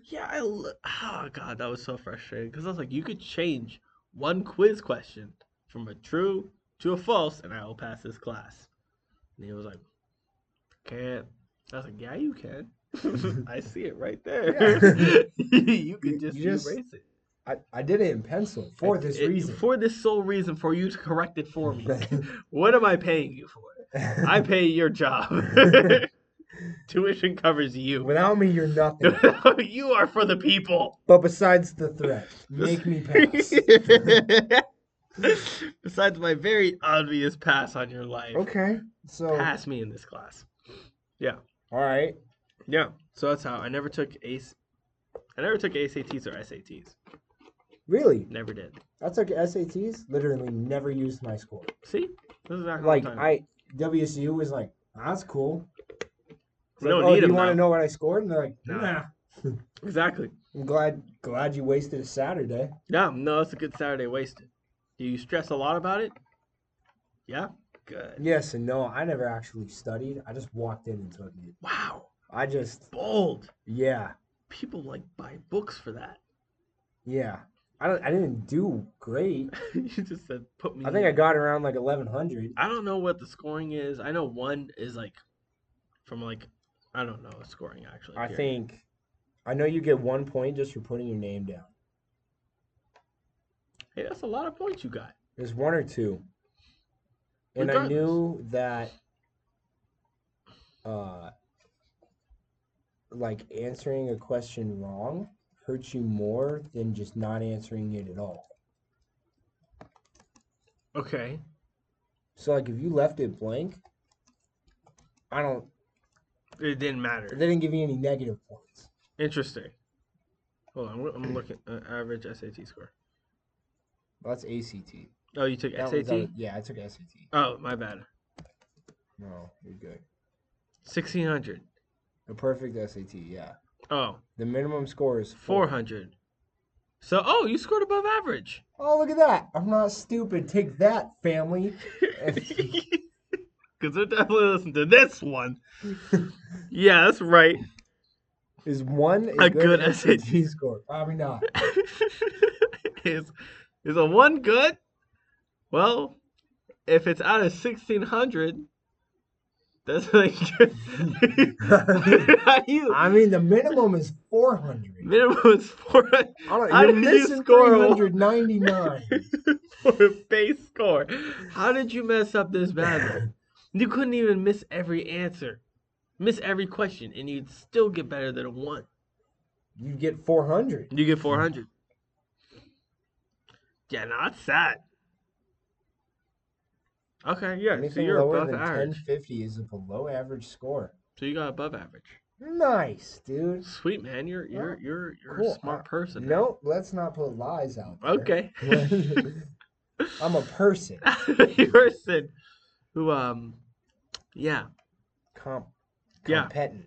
Speaker 1: Yeah, I. Lo- oh god, that was so frustrating because I was like, you could change one quiz question from a true to a false, and I will pass this class. And he was like, can't. I was like, yeah, you can. I see it right
Speaker 2: Yeah.
Speaker 1: there. you
Speaker 2: You-
Speaker 1: can just,
Speaker 2: you just-
Speaker 1: erase it
Speaker 2: I, I did it in pencil for
Speaker 1: It-
Speaker 2: this
Speaker 1: it-
Speaker 2: reason.
Speaker 1: For this sole reason, for you to correct it for me. what am I paying you for? I pay your job. Tuition covers you.
Speaker 2: Without me, you're nothing.
Speaker 1: you are for the people.
Speaker 2: But besides the threat, make me pass.
Speaker 1: Besides my very obvious pass on your life,
Speaker 2: okay. So,
Speaker 1: pass me in this class.
Speaker 2: all right.
Speaker 1: Yeah, so that's how I never took ace. I never took ACTs or SATs.
Speaker 2: Really?
Speaker 1: Never did.
Speaker 2: I took SATs, literally never used my score.
Speaker 1: See, this is not
Speaker 2: Like,
Speaker 1: time.
Speaker 2: I, WSU was like, "Ah, that's cool. It's
Speaker 1: We
Speaker 2: like,
Speaker 1: don't
Speaker 2: oh,
Speaker 1: need
Speaker 2: do you
Speaker 1: them
Speaker 2: want
Speaker 1: now."
Speaker 2: to know what I scored? And they're like,
Speaker 1: Nah.
Speaker 2: nah.
Speaker 1: exactly.
Speaker 2: I'm glad, glad you wasted a Saturday.
Speaker 1: Yeah, no, that's a good Saturday wasted. Do you stress a lot about it? Yeah, good.
Speaker 2: Yes and no. I never actually studied. I just walked in and took it.
Speaker 1: Wow,
Speaker 2: I just,
Speaker 1: bold.
Speaker 2: yeah,
Speaker 1: People like buy books for that.
Speaker 2: yeah. I don't. I didn't do great.
Speaker 1: you just said put me.
Speaker 2: I think I
Speaker 1: in.
Speaker 2: got around like eleven hundred.
Speaker 1: I don't know what the scoring is. I know one is like from like I don't know the scoring actually.
Speaker 2: I
Speaker 1: here.
Speaker 2: think. I know you get one point just for putting your name down.
Speaker 1: Hey, that's a lot of points you got.
Speaker 2: There's one or two. And I
Speaker 1: Regardless.
Speaker 2: knew that uh like answering a question wrong hurts you more than just not answering it at all.
Speaker 1: Okay.
Speaker 2: So like if you left it blank, I don't
Speaker 1: It didn't matter.
Speaker 2: they didn't give you any negative points.
Speaker 1: Interesting. Hold on, I'm I'm looking uh, average SAT score.
Speaker 2: Well, that's ACT.
Speaker 1: Oh, you took
Speaker 2: That was
Speaker 1: SAT.
Speaker 2: on- yeah, I took SAT.
Speaker 1: Oh, my bad.
Speaker 2: No, you're good.
Speaker 1: Sixteen hundred.
Speaker 2: A perfect SAT, yeah.
Speaker 1: Oh,
Speaker 2: The minimum score is
Speaker 1: four
Speaker 2: four.
Speaker 1: hundred. So, oh, you scored above average.
Speaker 2: Oh, look at that. I'm not stupid. Take that, family.
Speaker 1: Because they're definitely listening to this one. Yeah, that's right.
Speaker 2: Is one
Speaker 1: A good SAT.
Speaker 2: score? Probably not.
Speaker 1: is is a one good? Well, if it's out of sixteen hundred, that's like good. How do you
Speaker 2: I mean, the minimum is 400.
Speaker 1: minimum is four
Speaker 2: I don't,
Speaker 1: How
Speaker 2: you're
Speaker 1: did you
Speaker 2: missing
Speaker 1: score a-
Speaker 2: 399.
Speaker 1: for a base score. How did you mess up this badly? You couldn't even miss every answer, miss every question, and you'd still get better than a one.
Speaker 2: you get 400.
Speaker 1: You get 400. Yeah, no, that's sad. Okay, yeah, so
Speaker 2: Anything
Speaker 1: you're
Speaker 2: lower
Speaker 1: above
Speaker 2: than
Speaker 1: average.
Speaker 2: 1050 is a below average score.
Speaker 1: So you got above average.
Speaker 2: Nice, dude.
Speaker 1: Sweet man, you're you're you're you're
Speaker 2: Oh, cool. Uh,
Speaker 1: a smart
Speaker 2: I-
Speaker 1: person. man.
Speaker 2: Nope, let's not put lies out there.
Speaker 1: Okay.
Speaker 2: I'm a person.
Speaker 1: you're a Sid who um yeah.
Speaker 2: Com-
Speaker 1: Yeah.
Speaker 2: competent.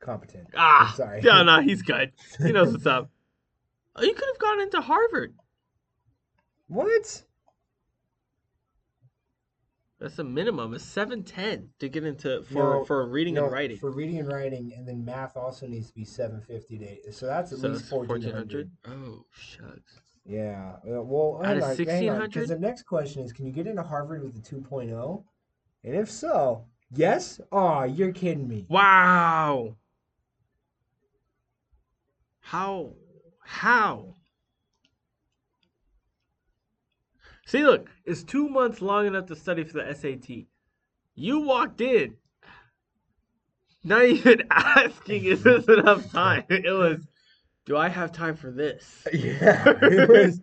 Speaker 2: Competent.
Speaker 1: Ah
Speaker 2: Sorry.
Speaker 1: no no, he's good. He knows what's up. Oh, you could have gone into Harvard.
Speaker 2: What?
Speaker 1: That's the minimum. It's seven ten to get into for
Speaker 2: No,
Speaker 1: for reading
Speaker 2: No,
Speaker 1: and writing.
Speaker 2: For reading and writing, and then math also needs to be 750 to eight. So that's at
Speaker 1: so
Speaker 2: least
Speaker 1: it's
Speaker 2: 1400.
Speaker 1: 1400. Oh shucks.
Speaker 2: Yeah. Uh, well,
Speaker 1: Out
Speaker 2: hang
Speaker 1: of
Speaker 2: on, hang on.
Speaker 1: 1600?
Speaker 2: Because the next question is can you get into Harvard with a 2.0? And if so, yes? Aw, you're kidding me.
Speaker 1: Wow. How? How? See, look, it's two months long enough to study for the SAT. You walked in, not even asking, is this enough time? It was, do I have time for this?
Speaker 2: Yeah. it was-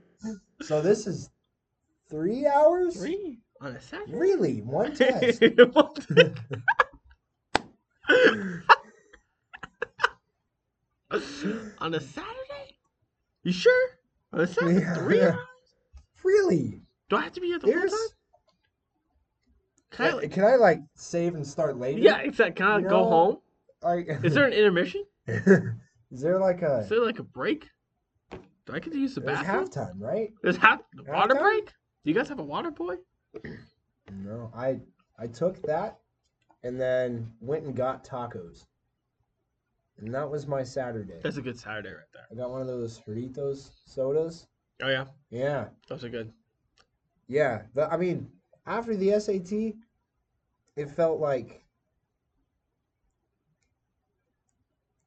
Speaker 2: so this is three hours?
Speaker 1: Three on a Saturday?
Speaker 2: Really? One test?
Speaker 1: on a Saturday? You sure? On a Saturday?
Speaker 2: Yeah.
Speaker 1: Three hours?
Speaker 2: really?
Speaker 1: Do I have to be here the
Speaker 2: There's.
Speaker 1: whole time? Can I,
Speaker 2: Uh,
Speaker 1: like,
Speaker 2: Can I, like, save and start later?
Speaker 1: yeah, exactly. Can I like, go
Speaker 2: No.
Speaker 1: home?
Speaker 2: Like,
Speaker 1: Is there an intermission?
Speaker 2: is there like a.
Speaker 1: Is there like a break? Do I get to use the
Speaker 2: It's
Speaker 1: bathroom?
Speaker 2: halftime, right?
Speaker 1: There's half water
Speaker 2: halftime?
Speaker 1: break. Do you guys have a water boy?
Speaker 2: No, I I took that and then went and got tacos. And that was my Saturday.
Speaker 1: That's a good Saturday right there.
Speaker 2: I got one of those Doritos sodas.
Speaker 1: Oh yeah,
Speaker 2: Yeah.
Speaker 1: those are good.
Speaker 2: Yeah. The, I mean, after the SAT, it felt like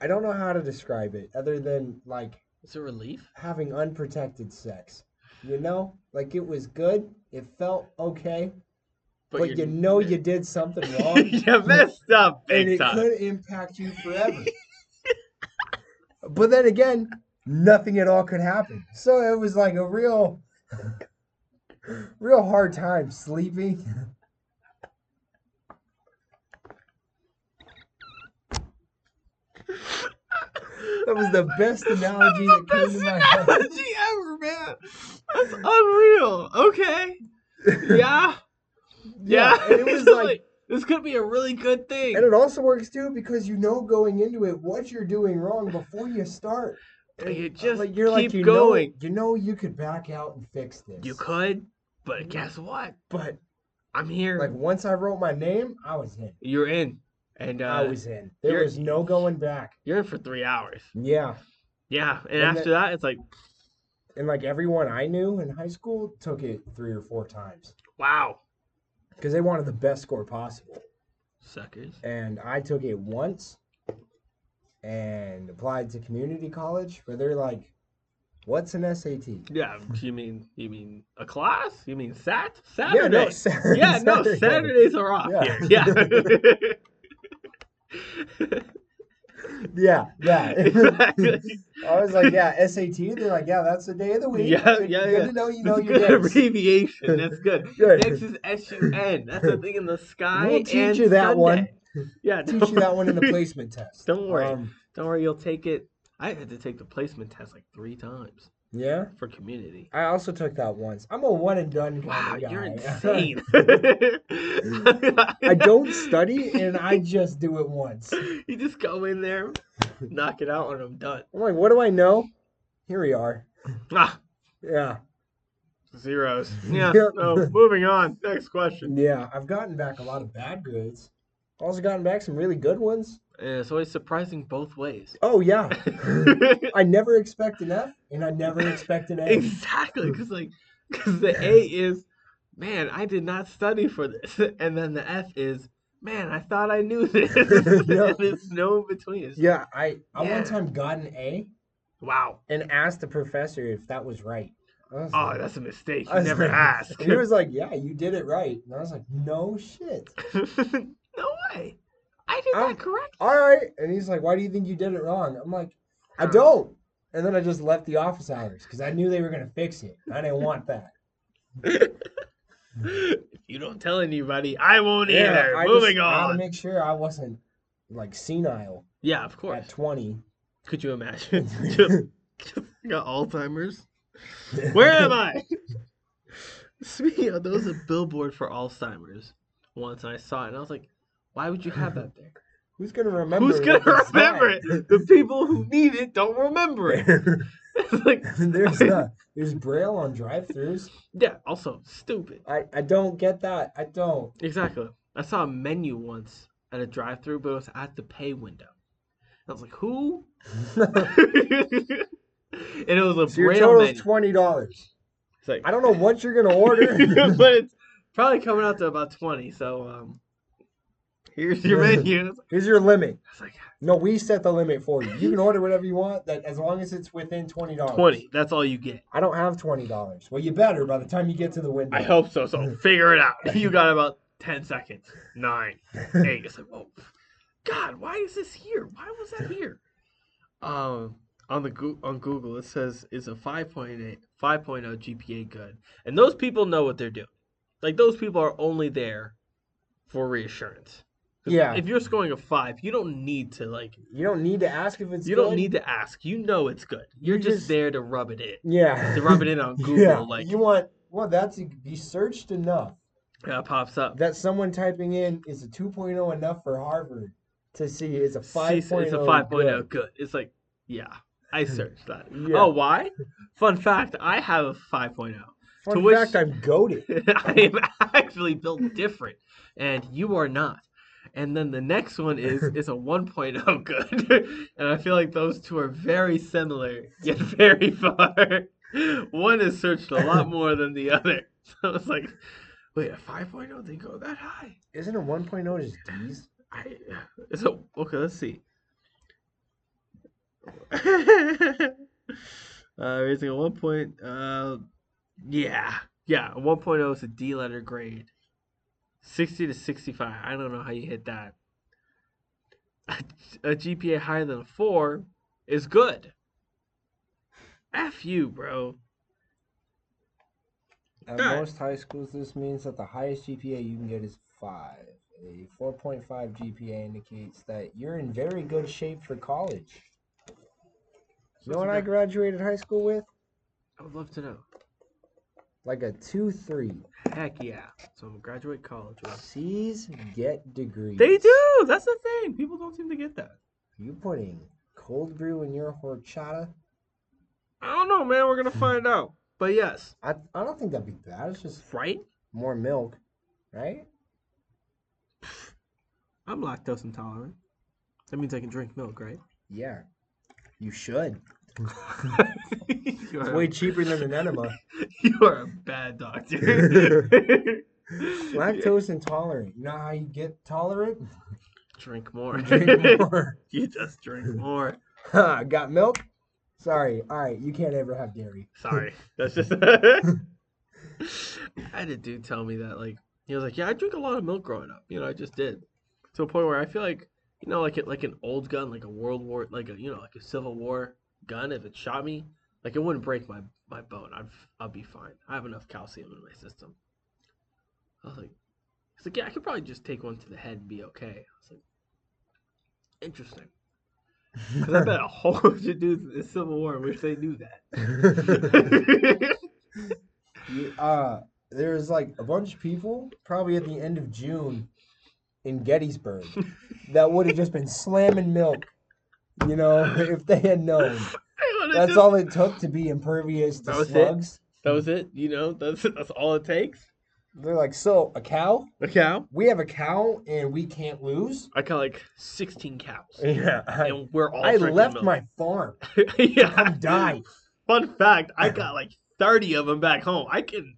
Speaker 2: I don't know how to describe it other than like
Speaker 1: It's a relief.
Speaker 2: having unprotected sex. You know? Like it was good. It felt okay. But,
Speaker 1: you're-
Speaker 2: you know you did something wrong.
Speaker 1: you messed up
Speaker 2: and
Speaker 1: big
Speaker 2: it
Speaker 1: time.
Speaker 2: could impact you forever. but then again, nothing at all could happen. So it was like a real, real hard time sleeping. That was the best analogy that came to my head.
Speaker 1: analogy ever, man. That's unreal. Okay. Yeah. Yeah.
Speaker 2: and it was like,
Speaker 1: this could be a really good thing.
Speaker 2: and it also works too because you know going into it what you're doing wrong before you start.
Speaker 1: But
Speaker 2: And,
Speaker 1: you
Speaker 2: uh,
Speaker 1: just keep
Speaker 2: you
Speaker 1: going.
Speaker 2: Know, you know you could back out and fix this.
Speaker 1: You could, but guess what?
Speaker 2: but
Speaker 1: I'm here.
Speaker 2: Like once I wrote my name, I was in.
Speaker 1: you're in, and uh,
Speaker 2: I was in. There
Speaker 1: you're-
Speaker 2: was no going back.
Speaker 1: you're in for three hours.
Speaker 2: Yeah.
Speaker 1: Yeah, and,
Speaker 2: And
Speaker 1: after
Speaker 2: the-
Speaker 1: that, it's like,
Speaker 2: And like everyone I knew in high school took it three or four times
Speaker 1: wow,
Speaker 2: because they wanted the best score possible.
Speaker 1: suckers.
Speaker 2: And I took it once and applied to community college where they're like, what's an SAT?
Speaker 1: Yeah, you mean you mean a class? You mean Sat
Speaker 2: Yeah,
Speaker 1: Saturday?
Speaker 2: no, Saturday.
Speaker 1: Yeah, no, Saturdays are off
Speaker 2: Yeah.
Speaker 1: here. Yeah.
Speaker 2: Yeah, yeah.
Speaker 1: exactly.
Speaker 2: I was like, yeah, SAT. They're like, yeah, that's the day of the week.
Speaker 1: Yeah,
Speaker 2: good,
Speaker 1: yeah,
Speaker 2: Good
Speaker 1: yeah.
Speaker 2: to know you know
Speaker 1: That's a
Speaker 2: your
Speaker 1: good
Speaker 2: days.
Speaker 1: abbreviation. That's good.
Speaker 2: Good.
Speaker 1: Next is S-U-N. That's the thing in the sky.
Speaker 2: We'll teach
Speaker 1: and
Speaker 2: you that
Speaker 1: Sunday.
Speaker 2: one.
Speaker 1: Yeah,
Speaker 2: Teach
Speaker 1: don't
Speaker 2: you that one in the
Speaker 1: worry.
Speaker 2: placement test.
Speaker 1: Don't worry.
Speaker 2: Um,
Speaker 1: Don't worry, you'll take it. I had to take the placement test like three times
Speaker 2: yeah.
Speaker 1: for community.
Speaker 2: I also took that once. I'm a one and done kind
Speaker 1: Wow,
Speaker 2: of guy.
Speaker 1: you're insane.
Speaker 2: I don't study and I just do it once. I'm
Speaker 1: You just go in there, knock it out, and I'm done.
Speaker 2: like, what do I know? Here we are.
Speaker 1: Ah,
Speaker 2: Yeah.
Speaker 1: zeros. Yeah.
Speaker 2: Yep.
Speaker 1: So moving on. Next question.
Speaker 2: Yeah. I've gotten back a lot of bad grades. Also gotten back some really good ones.
Speaker 1: And it's always surprising both ways.
Speaker 2: Oh yeah. I never expect an F and I never expect an A.
Speaker 1: Exactly, because like, because the A is, man, I did not study for this, and then the F is, man, I thought I knew this.
Speaker 2: Yeah.
Speaker 1: And it's no in between. It's-
Speaker 2: Yeah, I, I
Speaker 1: Yeah.
Speaker 2: one time got an A
Speaker 1: Wow.
Speaker 2: and asked the professor if that was right. I was
Speaker 1: Oh,
Speaker 2: like-
Speaker 1: that's a mistake.
Speaker 2: I
Speaker 1: You
Speaker 2: was
Speaker 1: never
Speaker 2: like-
Speaker 1: ask.
Speaker 2: He was like, Yeah, you did it right. And I was like, No shit.
Speaker 1: no way. I did
Speaker 2: I'm-
Speaker 1: that correct.
Speaker 2: all right. And he's like, why do you think you did it wrong? I'm like, I
Speaker 1: Huh.
Speaker 2: don't. And then I just left the office hours because I knew they were going to fix it. I didn't want that.
Speaker 1: If you don't tell anybody, I won't either.
Speaker 2: I
Speaker 1: Moving
Speaker 2: just, I had to
Speaker 1: on.
Speaker 2: make sure I wasn't like senile
Speaker 1: Yeah, of course.
Speaker 2: at 20.
Speaker 1: Could you imagine? Just- got Alzheimer's. Where am I? Speaking of, there was a billboard for Alzheimer's once, and I saw it, and I was like, why would you have that there?
Speaker 2: Who's going to remember
Speaker 1: Who's going to
Speaker 2: what was
Speaker 1: remember
Speaker 2: that?
Speaker 1: it? The people who need it don't remember it. It's like,
Speaker 2: there's uh, there's braille on drive-throughs.
Speaker 1: yeah, also, stupid.
Speaker 2: I, I don't get that. I don't.
Speaker 1: Exactly. I saw a menu once at a drive through, but it was at the pay window. I was like, who? and it was a
Speaker 2: So your
Speaker 1: braille
Speaker 2: total's
Speaker 1: menu.
Speaker 2: twenty dollars.
Speaker 1: It's like,
Speaker 2: I don't know what you're gonna order.
Speaker 1: but it's probably coming out to about 20. So um, here's your menu. It's
Speaker 2: Here's your limit.
Speaker 1: like
Speaker 2: No, we set the limit for you. You can order whatever you want, that as long as it's within twenty dollars.
Speaker 1: 20. That's all you get.
Speaker 2: I don't have twenty dollars. Well, you better by the time you get to the window.
Speaker 1: I hope so. So figure it out. You got about 10 seconds. Nine, eight. It's like, whoa, God, why is this here? Why was that here? Um, on the Goo- on Google, it says is a 5.8 5.0 GPA good, and those people know what they're doing. Like those people are only there for reassurance. 'Cause
Speaker 2: Yeah.
Speaker 1: If you're scoring a five, you don't need to like
Speaker 2: You don't need to ask if it's.
Speaker 1: You
Speaker 2: good.
Speaker 1: don't need to ask. You know it's good. You're
Speaker 2: You
Speaker 1: just,
Speaker 2: just-
Speaker 1: there to rub it in.
Speaker 2: Yeah.
Speaker 1: To rub it in on Google,
Speaker 2: yeah.
Speaker 1: like
Speaker 2: you want. Well, that's be searched enough
Speaker 1: that pops up.
Speaker 2: that someone typing in is a 2.0 enough for Harvard to see is a 5.0.
Speaker 1: Cease- it's a oh. 5.0
Speaker 2: oh, good.
Speaker 1: good. It's like, yeah, I searched that.
Speaker 2: Yeah.
Speaker 1: Oh, why? Fun fact: I have a 5.0.
Speaker 2: Fun
Speaker 1: to which-
Speaker 2: fact, I'm goaded.
Speaker 1: I am actually built different, and you are not. And then the next one is is a 1.0 good, and I feel like those two are very similar yet very far. One is searched a lot more than the other, so it's like, wait, a 5.0 they go that high?
Speaker 2: Isn't a 1.0 just D's?
Speaker 1: I so okay. Let's see. uh, raising a one point. Uh, yeah, yeah. A one oh is a D letter grade. Sixty to sixty-five. I don't know how you hit that. A, a GPA higher than a four is good. F you, bro.
Speaker 2: At
Speaker 1: Alright.
Speaker 2: most high schools, this means that the highest GPA you can get is five. A 4.5 GPA indicates that you're in very good shape for college. You know what I graduated high school with?
Speaker 1: I would love to know.
Speaker 2: Like a 2-3.
Speaker 1: Heck yeah. So I'm gonna graduate college. with-
Speaker 2: C's get degrees.
Speaker 1: They do. That's the thing. People don't seem to get that.
Speaker 2: You putting cold brew in your horchata?
Speaker 1: I don't know, man.
Speaker 2: Hmm.
Speaker 1: We're gonna find out. But yes,
Speaker 2: I, I don't think that'd be bad. It's just
Speaker 1: right?
Speaker 2: more milk. right?
Speaker 1: I'm lactose intolerant. That means I can drink milk, right?
Speaker 2: Yeah. You should.
Speaker 1: you,
Speaker 2: It's
Speaker 1: are,
Speaker 2: way cheaper than an enema.
Speaker 1: you are a bad doctor.
Speaker 2: Lactose intolerant. You know how you get tolerant?
Speaker 1: Drink more.
Speaker 2: Drink more.
Speaker 1: you just drink more.
Speaker 2: Huh, Got milk? Sorry. All right. You can't ever have dairy.
Speaker 1: Sorry. That's just. I had a dude tell me that, like, he was like, yeah, I drink a lot of milk growing up. You know, I just did. To a point where I feel like, you know, like it, like an old gun, like a World War, like a, you know, like a Civil War gun, if it shot me, like it wouldn't break my, my bone. I'd, I'll be fine. I have enough calcium in my system. I was like, he's like, yeah, I could probably just take one to the head and be okay. I was like, interesting. Because I bet a whole bunch of dudes in the Civil War wish they knew that.
Speaker 2: You- uh, there was like a bunch of people, probably at the end of June in Gettysburg, that would have just been slamming milk, you know, if they had known. That's all it took to be impervious to
Speaker 1: That was it?
Speaker 2: slugs.
Speaker 1: That was it. You know, that's that's all it takes.
Speaker 2: They're like, so a cow?
Speaker 1: A cow.
Speaker 2: We have a cow and we can't lose?
Speaker 1: I got like sixteen cows,
Speaker 2: Yeah. I,
Speaker 1: and we're all.
Speaker 2: I
Speaker 1: drinking
Speaker 2: left
Speaker 1: milk.
Speaker 2: my farm.
Speaker 1: yeah.
Speaker 2: I'm dying.
Speaker 1: Fun fact: I got like thirty of them back home. I can.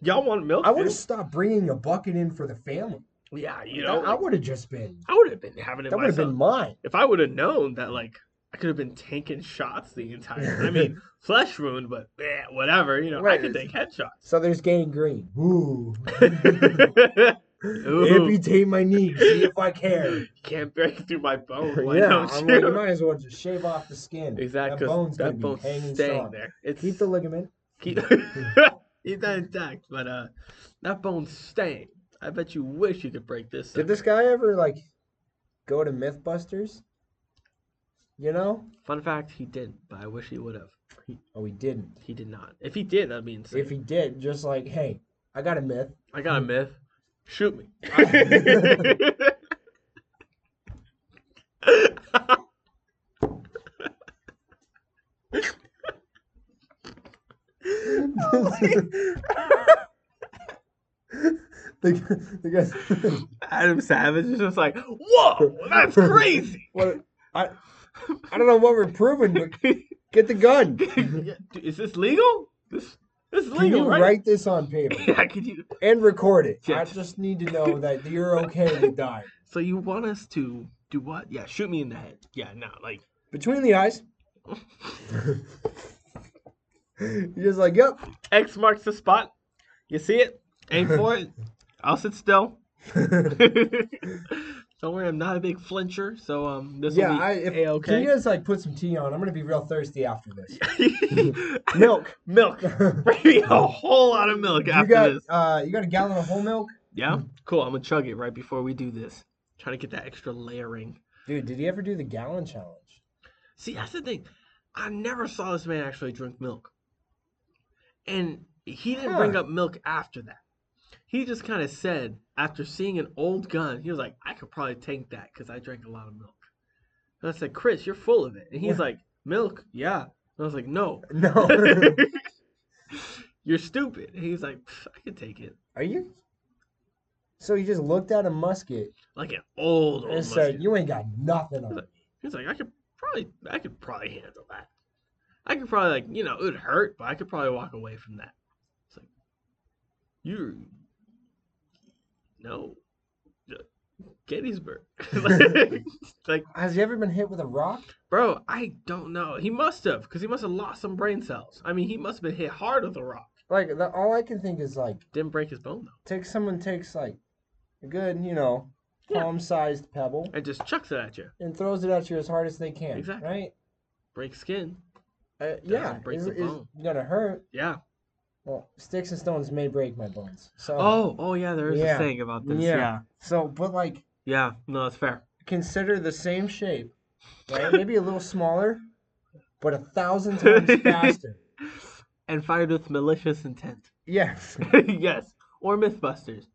Speaker 1: Y'all want milk?
Speaker 2: I would
Speaker 1: dude?
Speaker 2: have stopped bringing a bucket in for the family.
Speaker 1: Yeah, you
Speaker 2: That-
Speaker 1: know,
Speaker 2: I
Speaker 1: like,
Speaker 2: would have just been.
Speaker 1: I would have been having it
Speaker 2: That would have
Speaker 1: myself.
Speaker 2: been mine.
Speaker 1: If I would have known that, like, I could have been tanking shots the entire. I mean, flesh wound, but eh, whatever. You know, I
Speaker 2: Right,
Speaker 1: could
Speaker 2: it's-
Speaker 1: take headshots.
Speaker 2: So there's gangrene. Ooh.
Speaker 1: Ooh.
Speaker 2: Amputate my knee. See if I care.
Speaker 1: Can't break through my bone. Why
Speaker 2: yeah,
Speaker 1: don't
Speaker 2: I'm
Speaker 1: you?
Speaker 2: like, you might as well just shave off the skin.
Speaker 1: Exactly.
Speaker 2: That bone's gonna
Speaker 1: that
Speaker 2: be
Speaker 1: bone's
Speaker 2: hanging
Speaker 1: staying
Speaker 2: strong.
Speaker 1: there. It's
Speaker 2: Keep the ligament.
Speaker 1: keep, keep that intact, but uh, that bone's staying. I bet you wish you could break this.
Speaker 2: Did
Speaker 1: sucker.
Speaker 2: this guy ever like go to MythBusters? You know?
Speaker 1: Fun fact: He did, but I wish he would have.
Speaker 2: Oh, he didn't.
Speaker 1: He did not. If he did, that'd be insane.
Speaker 2: If he did, just like, hey, I got a myth.
Speaker 1: I got a myth. Shoot me. Oh
Speaker 2: The, g- the guy's
Speaker 1: Adam Savage is just like, whoa, that's crazy.
Speaker 2: what, I, I don't know what we're proving, but get the gun.
Speaker 1: is this legal? This this is
Speaker 2: Can
Speaker 1: legal,
Speaker 2: you
Speaker 1: right?
Speaker 2: write this on paper
Speaker 1: yeah, could you?
Speaker 2: and record it? I
Speaker 1: Yeah.
Speaker 2: just need to know that you're okay with dying.
Speaker 1: So you want us to do what? Yeah, shoot me in the head. Yeah, no, like
Speaker 2: Between the eyes. You're just like, yep.
Speaker 1: X marks the spot. You see it? Aim for it. I'll sit still. Don't worry, I'm not a big flincher, so um, this will
Speaker 2: yeah,
Speaker 1: be
Speaker 2: I, if, can
Speaker 1: a-okay.
Speaker 2: you guys like put some tea on? I'm gonna be real thirsty after this.
Speaker 1: milk, milk, Maybe a whole lot of milk
Speaker 2: you
Speaker 1: after
Speaker 2: got
Speaker 1: this.
Speaker 2: uh, you got a gallon of whole milk,
Speaker 1: Yeah, cool. I'm gonna chug it right before we do this. Trying to get that extra layering.
Speaker 2: dude. Did he ever do the gallon challenge?
Speaker 1: See, that's the thing. I never saw this man actually drink milk. And he didn't bring
Speaker 2: Huh.
Speaker 1: up milk after that. He just kind of said, after seeing an old gun, he was like, I could probably tank that because I drank a lot of milk. And I said, Chris, you're full of it. And he's
Speaker 2: Yeah.
Speaker 1: like, Milk? Yeah. And I was like, No.
Speaker 2: No.
Speaker 1: you're stupid. And he's like, "Pff, I could take it.
Speaker 2: Are you? So he just looked at a musket
Speaker 1: Like an old, old
Speaker 2: and
Speaker 1: musket.
Speaker 2: said, "You ain't got nothing on." it."
Speaker 1: He's like, I could probably, I could probably handle that. I could probably like, you know, it would hurt, but I could probably walk away from that. It's like, you, no, J- Gettysburg. It's like,
Speaker 2: Has he ever been hit with a rock?
Speaker 1: bro, I don't know. He must have, because he must have lost some brain cells. I mean, he must have been hit hard with a rock.
Speaker 2: Like the, all I can think is like,
Speaker 1: Didn't break his bone though,
Speaker 2: take someone takes like a good, you know,
Speaker 1: Yeah.
Speaker 2: palm-sized pebble
Speaker 1: and just chucks it at you.
Speaker 2: and throws it at you as hard as they can.
Speaker 1: Exactly.
Speaker 2: Right?
Speaker 1: Break skin.
Speaker 2: Uh, yeah.
Speaker 1: break
Speaker 2: is
Speaker 1: the
Speaker 2: is
Speaker 1: bone.
Speaker 2: gonna hurt.
Speaker 1: Yeah.
Speaker 2: Well, sticks and stones may break my bones. So
Speaker 1: Oh, oh yeah, there is
Speaker 2: Yeah.
Speaker 1: a saying about this.
Speaker 2: Yeah.
Speaker 1: Yeah. yeah.
Speaker 2: So, but like,
Speaker 1: No, that's fair.
Speaker 2: consider the same shape, right? Maybe a little smaller, but a thousand times faster.
Speaker 1: And fired with malicious intent.
Speaker 2: Yeah.
Speaker 1: yes. Or Mythbusters.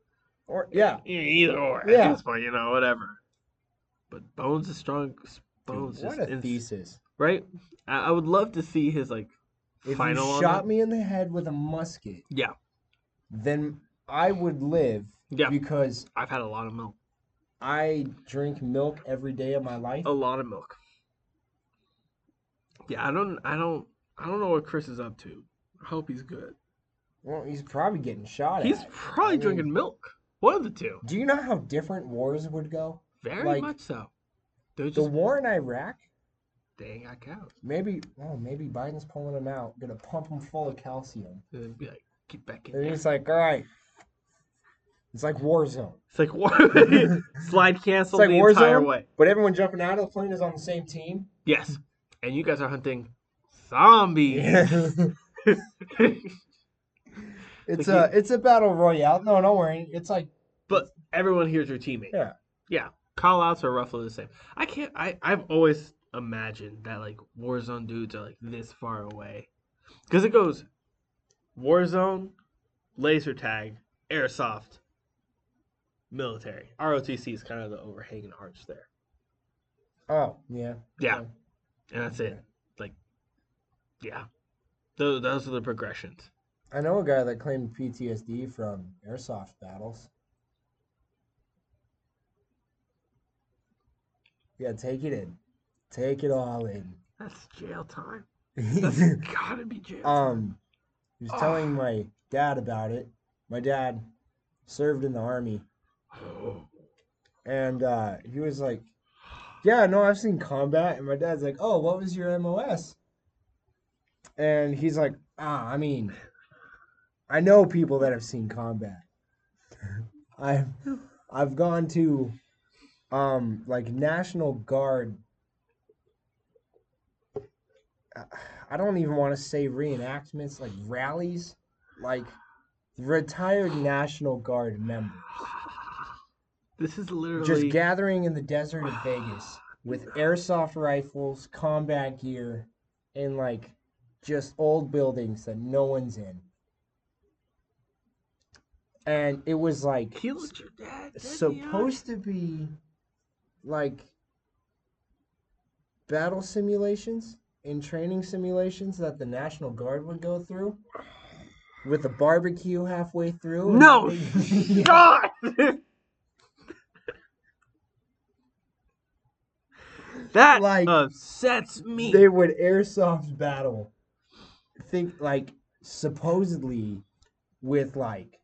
Speaker 2: Or yeah.
Speaker 1: E- Either or.
Speaker 2: Yeah.
Speaker 1: At this point, you know, whatever. But Bones is strong. Bones
Speaker 2: Dude, what
Speaker 1: just
Speaker 2: a
Speaker 1: ins-
Speaker 2: thesis!
Speaker 1: right. I-, I would love to see his like
Speaker 2: If
Speaker 1: final.
Speaker 2: you
Speaker 1: on
Speaker 2: shot
Speaker 1: that.
Speaker 2: me in the head with a musket,
Speaker 1: Yeah.
Speaker 2: then I would live
Speaker 1: Yeah.
Speaker 2: because
Speaker 1: I've had a lot of milk.
Speaker 2: I drink milk every day of my life.
Speaker 1: A lot of milk. Yeah, I don't I don't I don't know what Chris is up to. I hope he's good.
Speaker 2: Well, he's probably getting shot
Speaker 1: He's
Speaker 2: at.
Speaker 1: probably
Speaker 2: I mean-
Speaker 1: drinking milk. One of the two.
Speaker 2: Do you know how different wars would go?
Speaker 1: Very
Speaker 2: Like,
Speaker 1: much so. They're
Speaker 2: The
Speaker 1: just
Speaker 2: war in Iraq,
Speaker 1: dang out cows.
Speaker 2: maybe oh, maybe Biden's pulling him out, gonna pump him full of calcium.
Speaker 1: They'd be like, get back in
Speaker 2: And
Speaker 1: there.
Speaker 2: he's like, all right. It's like war zone.
Speaker 1: It's like war- slide cancel
Speaker 2: like
Speaker 1: the
Speaker 2: Warzone?
Speaker 1: entire way.
Speaker 2: But everyone jumping out of the plane is on the same team.
Speaker 1: Yes. And you guys are hunting zombies.
Speaker 2: it's
Speaker 1: Like
Speaker 2: a uh, it's a battle royale. No, don't worry. It's like
Speaker 1: but everyone here's your teammate.
Speaker 2: Yeah.
Speaker 1: Yeah. Call outs are roughly the same. I can't I, I've always imagined that like Warzone dudes are like this far away. Cause it goes Warzone, laser tag, airsoft, military. ROTC is kind of the overhanging arch there.
Speaker 2: oh yeah
Speaker 1: Yeah. And that's it. Like yeah. Those, those are the progressions.
Speaker 2: I know a guy that claimed PTSD from airsoft battles. Yeah, take it in, take it all in.
Speaker 1: That's jail time. That's
Speaker 2: um,
Speaker 1: gotta be jail time.
Speaker 2: he was telling
Speaker 1: Ah.
Speaker 2: my dad about it. My dad served in the army.
Speaker 1: Oh.
Speaker 2: and uh, he was like, "Yeah, no, I've seen combat." And my dad's like, "Oh, what was your MOS?" And he's like, "Ah, I mean, I know people that have seen combat. I've I've gone to um like National Guard. I- I don't even want to say reenactments, like rallies, like retired National Guard members."
Speaker 1: This is literally
Speaker 2: just gathering in the desert of Vegas with airsoft rifles, combat gear, and like just old buildings that no one's in. And it was like
Speaker 1: He looked your dad. dead in the
Speaker 2: supposed to be like battle simulations and training simulations that the National Guard would go through with a barbecue halfway
Speaker 1: eye.
Speaker 2: through. and
Speaker 1: No
Speaker 2: everything.
Speaker 1: shot. that
Speaker 2: Like,
Speaker 1: upsets me.
Speaker 2: they would airsoft battle. Think like supposedly with like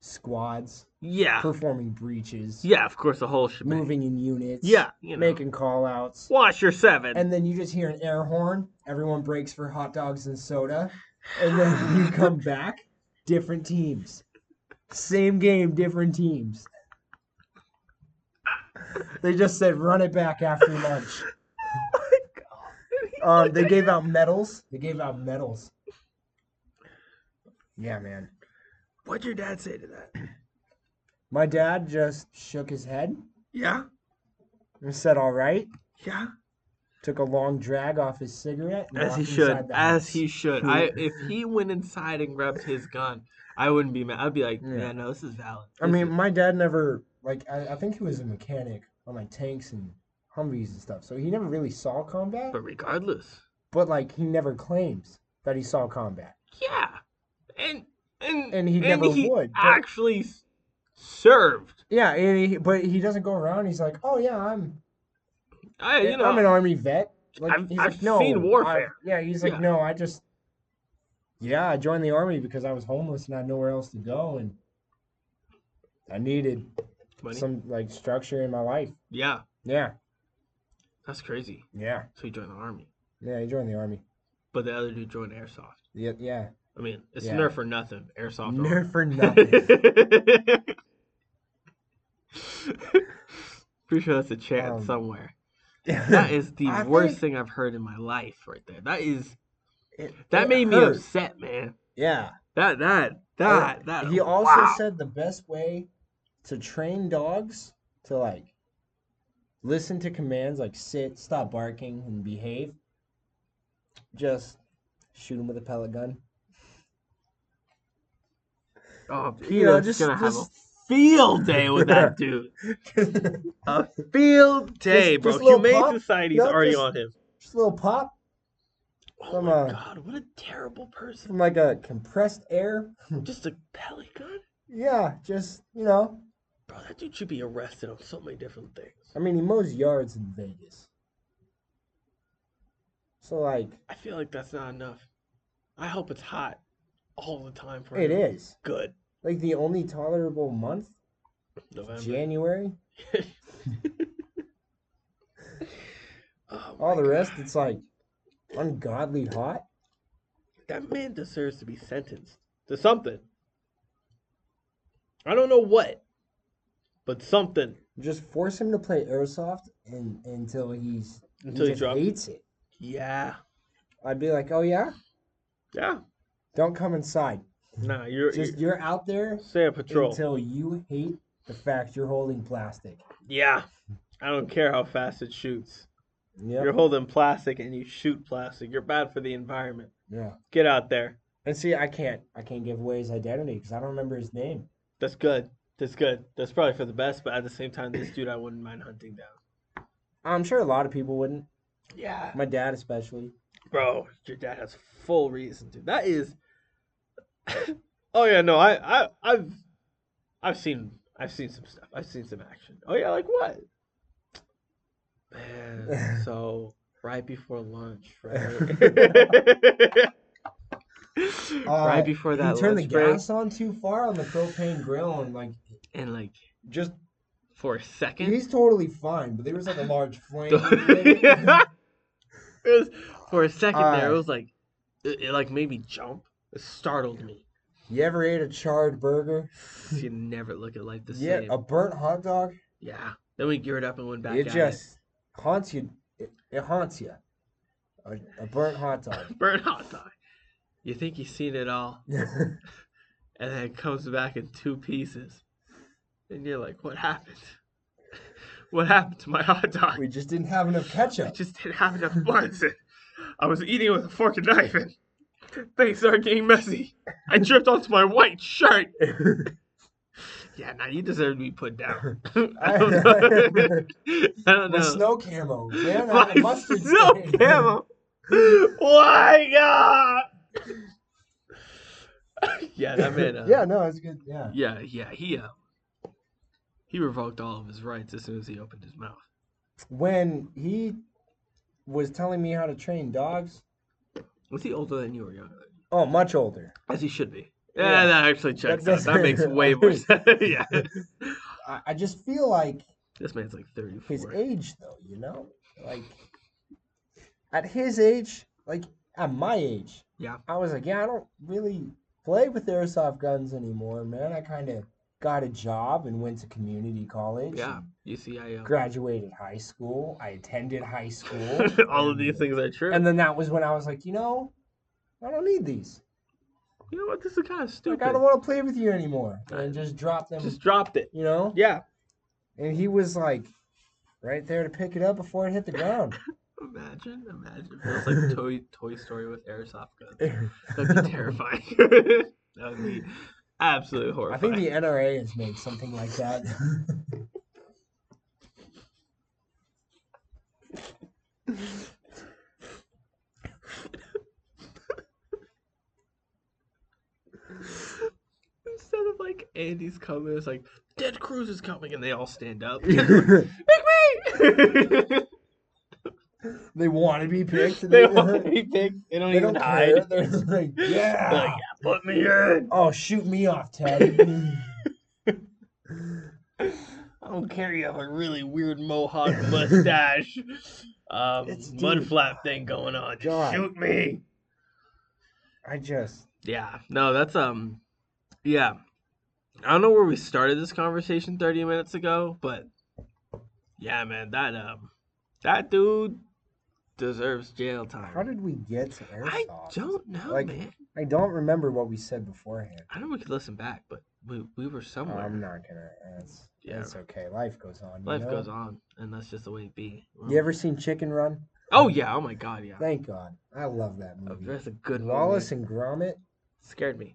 Speaker 2: squads
Speaker 1: yeah,
Speaker 2: performing breaches,
Speaker 1: Ah. yeah. Of course, the whole shebang.
Speaker 2: moving in units,
Speaker 1: Yeah, you know.
Speaker 2: making call outs.
Speaker 1: Watch your seven.
Speaker 2: And then you just hear an air horn, everyone breaks for hot dogs and soda, and then you come back, different teams. Same game, different teams. They just said run it back after lunch.
Speaker 1: Oh
Speaker 2: Um, they gave out medals. They gave out medals. Yeah, man.
Speaker 1: What'd your dad say to that?
Speaker 2: My dad just shook his head
Speaker 1: Yeah,
Speaker 2: and said, "All right."
Speaker 1: yeah.
Speaker 2: Took a long drag off his cigarette. and
Speaker 1: As he
Speaker 2: walked
Speaker 1: should.
Speaker 2: inside the
Speaker 1: As
Speaker 2: house.
Speaker 1: he should. I if he went inside and grabbed his gun, I wouldn't be mad. I'd be like,
Speaker 2: Yeah.
Speaker 1: yeah, no, this is valid.
Speaker 2: I
Speaker 1: This
Speaker 2: mean,
Speaker 1: is-
Speaker 2: my dad never like. I, I think he was a mechanic on like tanks and Humvees and stuff, so he never really saw combat.
Speaker 1: but regardless,
Speaker 2: But like, he never claims that he saw combat.
Speaker 1: Yeah, and and
Speaker 2: And he never would, but-
Speaker 1: actually s- served.
Speaker 2: Yeah, and he, but he doesn't go around. He's like, "Oh yeah, I'm
Speaker 1: I you know
Speaker 2: I'm an army vet.
Speaker 1: I've- I've seen
Speaker 2: I-
Speaker 1: warfare."
Speaker 2: yeah, he's like,
Speaker 1: Yeah.
Speaker 2: no, I just, yeah, I joined the army because I was homeless and I had nowhere else to go, and I needed
Speaker 1: money.
Speaker 2: some like structure in my life.
Speaker 1: yeah,
Speaker 2: Yeah,
Speaker 1: that's crazy.
Speaker 2: yeah,
Speaker 1: So he joined the army,
Speaker 2: yeah. He joined the army.
Speaker 1: but the other dude joined airsoft.
Speaker 2: Yeah, yeah.
Speaker 1: I mean, it's
Speaker 2: Yeah.
Speaker 1: nerf or nothing. Airsoft. or
Speaker 2: Nerf or
Speaker 1: army.
Speaker 2: nothing.
Speaker 1: Pretty sure that's a chant
Speaker 2: Um,
Speaker 1: somewhere. That is the
Speaker 2: I
Speaker 1: worst
Speaker 2: think-
Speaker 1: thing I've heard in my life, right there. That is
Speaker 2: It-
Speaker 1: that
Speaker 2: it
Speaker 1: made me
Speaker 2: hurt.
Speaker 1: upset, man.
Speaker 2: Yeah.
Speaker 1: That that
Speaker 2: Uh,
Speaker 1: that that.
Speaker 2: he also
Speaker 1: wow.
Speaker 2: said the best way to train dogs to like listen to commands like sit, stop barking, and behave. Just shoot them with a pellet gun.
Speaker 1: Oh,
Speaker 2: You know,
Speaker 1: Peter's
Speaker 2: just-
Speaker 1: gonna have
Speaker 2: just-
Speaker 1: a field day with that dude.
Speaker 2: just
Speaker 1: A field day,
Speaker 2: Just-
Speaker 1: bro.
Speaker 2: just little
Speaker 1: Humane
Speaker 2: pop?
Speaker 1: Society's
Speaker 2: No,
Speaker 1: already
Speaker 2: just-
Speaker 1: on him.
Speaker 2: a little pop
Speaker 1: Oh
Speaker 2: Come
Speaker 1: my
Speaker 2: on.
Speaker 1: god, what a terrible person.
Speaker 2: from like a compressed air.
Speaker 1: Just a pellet gun?
Speaker 2: Yeah, just you know.
Speaker 1: Bro, that dude should be arrested on so many different things.
Speaker 2: I mean, he mows yards in Vegas. So like,
Speaker 1: I feel like that's not enough. I hope it's hot all the time for
Speaker 2: it
Speaker 1: him.
Speaker 2: is
Speaker 1: Good.
Speaker 2: like the only tolerable month.
Speaker 1: November.
Speaker 2: January.
Speaker 1: Oh
Speaker 2: All
Speaker 1: my
Speaker 2: the rest,
Speaker 1: God.
Speaker 2: it's like ungodly hot.
Speaker 1: That man deserves to be sentenced to something. I don't know what, but something.
Speaker 2: Just force him to play airsoft and until he's
Speaker 1: Until
Speaker 2: he
Speaker 1: he
Speaker 2: just
Speaker 1: drops.
Speaker 2: hates it.
Speaker 1: Yeah.
Speaker 2: I'd be like, oh yeah,
Speaker 1: Yeah.
Speaker 2: don't come inside.
Speaker 1: Nah, you're,
Speaker 2: Just
Speaker 1: you're
Speaker 2: you're out there
Speaker 1: stay on patrol.
Speaker 2: until you hate the fact you're holding plastic.
Speaker 1: yeah. I don't care how fast it shoots. You're
Speaker 2: Yep.
Speaker 1: holding plastic and you shoot plastic. You're bad for the environment.
Speaker 2: Yeah.
Speaker 1: Get out there.
Speaker 2: And see, I can't I can't give away his identity because I don't remember his name.
Speaker 1: That's good. That's good. That's probably for the best, but at the same time, this dude I wouldn't mind hunting down.
Speaker 2: I'm sure a lot of people wouldn't.
Speaker 1: Yeah.
Speaker 2: My dad especially.
Speaker 1: Bro, your dad has full reason to. That is. oh yeah, no, I, I, I've, I've seen, I've seen some stuff. I've seen some action. Oh yeah, like what? Man, so right before lunch, right? right
Speaker 2: Uh,
Speaker 1: before
Speaker 2: He
Speaker 1: that
Speaker 2: turned the
Speaker 1: lunch break,
Speaker 2: gas on too far on the propane grill and like
Speaker 1: and like
Speaker 2: just
Speaker 1: for a second,
Speaker 2: he's totally fine, but there was like a large flame.
Speaker 1: it was, for a second there,
Speaker 2: Uh,
Speaker 1: it was like, it, it like made me jump. It startled me.
Speaker 2: You ever ate a charred burger?
Speaker 1: You never look at life the
Speaker 2: yeah,
Speaker 1: same.
Speaker 2: a burnt hot dog.
Speaker 1: Yeah. Then we geared up and went back.
Speaker 2: it
Speaker 1: at
Speaker 2: just haunts you. It, it haunts you. A, a burnt hot dog.
Speaker 1: it. burnt hot dog. You think you've seen it all,
Speaker 2: yeah,
Speaker 1: and then it comes back in two pieces, and you're like, "What happened? What happened to my hot dog?
Speaker 2: we just didn't have enough
Speaker 1: I
Speaker 2: ketchup.
Speaker 1: just didn't have enough buns. and I was eating with a fork and knife, and things are getting messy. I dripped onto my white shirt. Yeah, now you deserve to be put down. I don't know. I don't
Speaker 2: My
Speaker 1: know.
Speaker 2: snow camo ran out of
Speaker 1: My
Speaker 2: mustard.
Speaker 1: snow
Speaker 2: stain.
Speaker 1: camo. Why God? yeah, that man. Uh,
Speaker 2: yeah, no, it's good. Yeah,
Speaker 1: yeah, yeah. He uh, he revoked all of his rights as soon as he opened his mouth.
Speaker 2: when he was telling me how to train dogs.
Speaker 1: Was he older than you or younger? Than
Speaker 2: Oh, much older.
Speaker 1: you? As he should be. Yeah,
Speaker 2: Yeah.
Speaker 1: that actually checks
Speaker 2: That
Speaker 1: out. That makes
Speaker 2: doesn't-
Speaker 1: way more sense. yeah,
Speaker 2: I, I just feel like
Speaker 1: this man's like thirty-four.
Speaker 2: his age though you know like at his age like at my age
Speaker 1: Yeah.
Speaker 2: i was like yeah i don't really play with airsoft guns anymore man i kind of got a job and went to community college
Speaker 1: Yeah,
Speaker 2: and
Speaker 1: UCIO.
Speaker 2: graduated high school i attended high school
Speaker 1: all of
Speaker 2: and-
Speaker 1: these things are true.
Speaker 2: and then that was when i was like you know i don't need these
Speaker 1: you know what? This is kind of
Speaker 2: like
Speaker 1: stupid.
Speaker 2: i don't want to play with you anymore and just drop them
Speaker 1: Just dropped it.
Speaker 2: you know
Speaker 1: Yeah.
Speaker 2: and he was like right there to pick it up before it hit the ground
Speaker 1: Imagine, imagine. It was like Toy Toy Story with airsoft guns. That'd be terrifying. that would be absolutely
Speaker 2: I
Speaker 1: horrifying.
Speaker 2: think the NRA has made something like that.
Speaker 1: Instead of like Andy's coming, it's like Dead Cruz is coming, and they all stand up.
Speaker 2: they
Speaker 1: Pick me!
Speaker 2: want to be picked. And
Speaker 1: they
Speaker 2: they
Speaker 1: want to be picked. They don't
Speaker 2: they
Speaker 1: even
Speaker 2: don't
Speaker 1: hide.
Speaker 2: care. They're just like, yeah.
Speaker 1: They're like, yeah, put me in.
Speaker 2: Oh, shoot me off, Ted.
Speaker 1: I don't care. You have a really weird mohawk mustache, um,
Speaker 2: It's
Speaker 1: mud
Speaker 2: deep.
Speaker 1: flap thing going on. Just
Speaker 2: God.
Speaker 1: shoot me.
Speaker 2: I just.
Speaker 1: Yeah, no, that's um, yeah. I don't know where we started this conversation 30 minutes ago, but yeah, man, that um, that dude deserves jail
Speaker 2: How
Speaker 1: time.
Speaker 2: did we get to airsoft?
Speaker 1: I don't know,
Speaker 2: Like-
Speaker 1: man.
Speaker 2: I don't remember what we said beforehand.
Speaker 1: I know we could listen back, but we we were somewhere.
Speaker 2: I'm not gonna. That's
Speaker 1: Yeah.
Speaker 2: that's okay. Life goes on.
Speaker 1: Life goes on, and that's just the way it be.
Speaker 2: You ever seen Chicken Run?
Speaker 1: Oh yeah! Oh my God! Yeah,
Speaker 2: Thank God. I love that
Speaker 1: Oh,
Speaker 2: movie.
Speaker 1: that's a good
Speaker 2: Wallace
Speaker 1: movie.
Speaker 2: and Gromit.
Speaker 1: Scared me.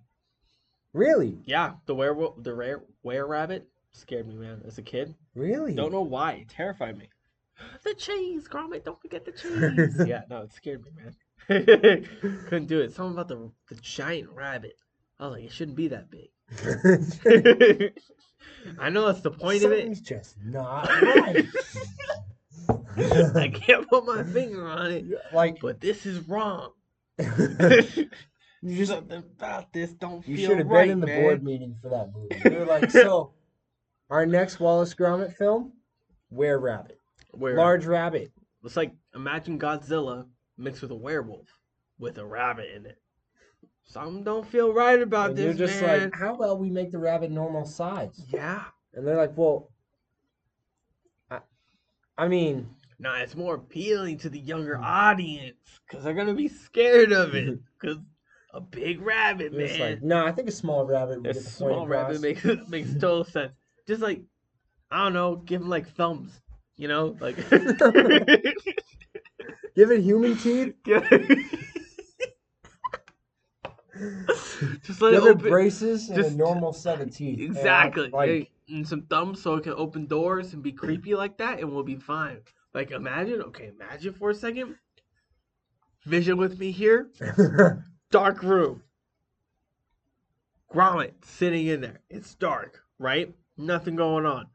Speaker 2: Really,
Speaker 1: Yeah, the werewolf, the rare were rabbit scared me, man. As a kid,
Speaker 2: really.
Speaker 1: Don't know why. It terrified me. The cheese, Gromit. Don't forget the cheese. yeah, no, it scared me, man. Couldn't do it. Something about the the giant rabbit. I I was like, it shouldn't be that big.
Speaker 2: Something's
Speaker 1: I know that's the point of it.
Speaker 2: just not right.
Speaker 1: I can't put my finger on it,
Speaker 2: like
Speaker 1: but this is wrong.
Speaker 2: you
Speaker 1: Something
Speaker 2: just
Speaker 1: about this don't
Speaker 2: you
Speaker 1: feel
Speaker 2: should have
Speaker 1: right,
Speaker 2: been in the
Speaker 1: man.
Speaker 2: board meeting for that movie. They were like, so our next Wallace Gromit film, Were Rabbit,
Speaker 1: Where
Speaker 2: Large Rabbit.
Speaker 1: it's like imagine Godzilla mixed with a werewolf with a rabbit in it. Something don't feel right about
Speaker 2: And you're
Speaker 1: this,
Speaker 2: just
Speaker 1: man.
Speaker 2: like, how about we make the rabbit normal size?
Speaker 1: yeah.
Speaker 2: And they're like, well, I, I mean,
Speaker 1: Nah, it's more appealing to the younger
Speaker 2: Mm.
Speaker 1: audience because they're gonna be scared of it. Because a big rabbit,
Speaker 2: you're just like,
Speaker 1: man,
Speaker 2: no, I think a small rabbit would
Speaker 1: a
Speaker 2: get the point
Speaker 1: small
Speaker 2: across.
Speaker 1: rabbit makes makes total sense. Just like I don't know, give him like thumbs, you know, like
Speaker 2: Give it human teeth.
Speaker 1: just let it
Speaker 2: Give it
Speaker 1: open
Speaker 2: braces and
Speaker 1: just-
Speaker 2: a normal set of teeth. and,
Speaker 1: exactly
Speaker 2: Like,
Speaker 1: yeah, and some thumbs so it can open doors and be creepy like that, and we'll be fine. Like imagine, okay, imagine for a second. Vision with me here. dark room. Gromit sitting in there. It's dark, right? Nothing going on.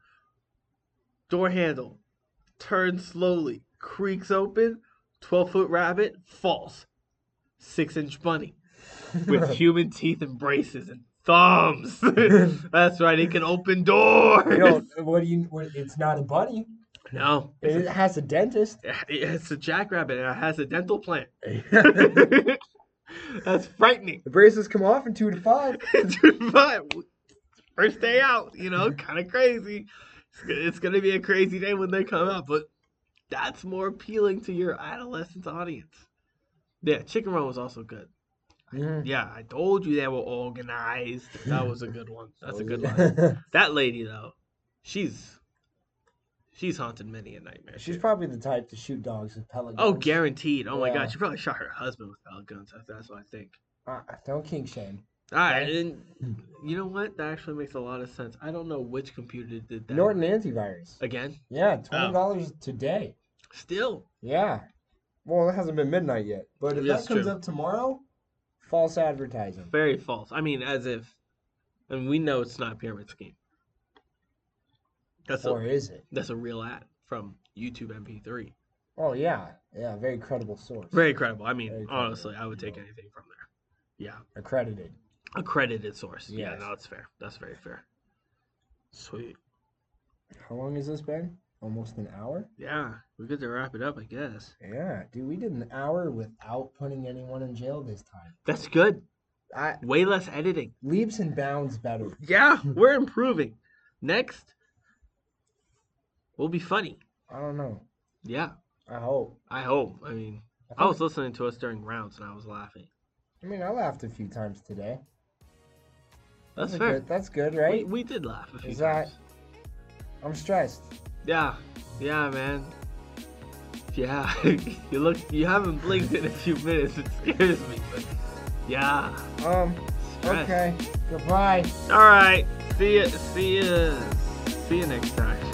Speaker 1: Door handle turns slowly, creaks open. 12 foot rabbit falls. Six inch bunny with human teeth and braces and thumbs. That's right, it can open doors.
Speaker 2: you know, what do you? What, it's not a bunny.
Speaker 1: no, it's
Speaker 2: It
Speaker 1: a,
Speaker 2: has a dentist.
Speaker 1: it's a jackrabbit and it has a dental plan.
Speaker 2: the
Speaker 1: That's frightening.
Speaker 2: braces come off in two to five.
Speaker 1: Dude, but first day out, you know, kind of crazy. It's, go- it's gonna be a crazy day when they come out, but that's more appealing to your adolescent audience. Yeah, chicken run was also good. Yeah, I told you they were organized. That was a good one.
Speaker 2: Oh,
Speaker 1: That's a good one. That lady though, she's she's haunted many a nightmare.
Speaker 2: She's
Speaker 1: too.
Speaker 2: probably the type to shoot dogs with pellet guns.
Speaker 1: oh guaranteed. Oh my
Speaker 2: Yeah.
Speaker 1: god, she probably shot her husband with pellet guns. That's, that's what I think.
Speaker 2: Uh, don't king shame.
Speaker 1: All right,
Speaker 2: Okay.
Speaker 1: and you know what? That actually makes a lot of sense. I don't know which computer did that.
Speaker 2: Norton antivirus.
Speaker 1: again.
Speaker 2: Yeah, twenty dollars today.
Speaker 1: Still,
Speaker 2: Yeah. Well, it hasn't been midnight yet, but if
Speaker 1: That's
Speaker 2: that comes
Speaker 1: true.
Speaker 2: up tomorrow, false advertising.
Speaker 1: very false. I mean, as if, and we know it's not a pyramid scheme. That's
Speaker 2: or
Speaker 1: a
Speaker 2: is it?
Speaker 1: that's a real ad from YouTube MP3.
Speaker 2: Oh yeah, yeah. Very credible source.
Speaker 1: Very credible. I mean,
Speaker 2: Very credible,
Speaker 1: honestly, I would take
Speaker 2: yeah.
Speaker 1: anything from there. Yeah,
Speaker 2: Accredited.
Speaker 1: accredited source. Yeah,
Speaker 2: Yes.
Speaker 1: no, that's fair. That's very fair. Sweet.
Speaker 2: How long has this been? Almost an hour.
Speaker 1: Yeah, we're good to wrap it up, I guess.
Speaker 2: Yeah, dude, we did an hour without putting anyone in jail this time.
Speaker 1: That's good.
Speaker 2: I
Speaker 1: Way less editing.
Speaker 2: leaps and bounds better.
Speaker 1: Yeah, we're improving. Next, we'll be funny.
Speaker 2: I don't know.
Speaker 1: Yeah,
Speaker 2: I hope.
Speaker 1: I hope. I mean,
Speaker 2: I,
Speaker 1: I
Speaker 2: think-
Speaker 1: was listening to us during rounds and I was laughing.
Speaker 2: I mean, I laughed a few times today.
Speaker 1: That's
Speaker 2: a
Speaker 1: fair.
Speaker 2: Good, that's good,
Speaker 1: We,
Speaker 2: right?
Speaker 1: we did laugh a few
Speaker 2: Is that-
Speaker 1: times.
Speaker 2: I'm stressed.
Speaker 1: Yeah, yeah, man. Yeah, you look. You haven't blinked in a few minutes. It scares me. But yeah.
Speaker 2: Um.
Speaker 1: Stress.
Speaker 2: Okay. Goodbye.
Speaker 1: All right. See ya. See ya. See you next time.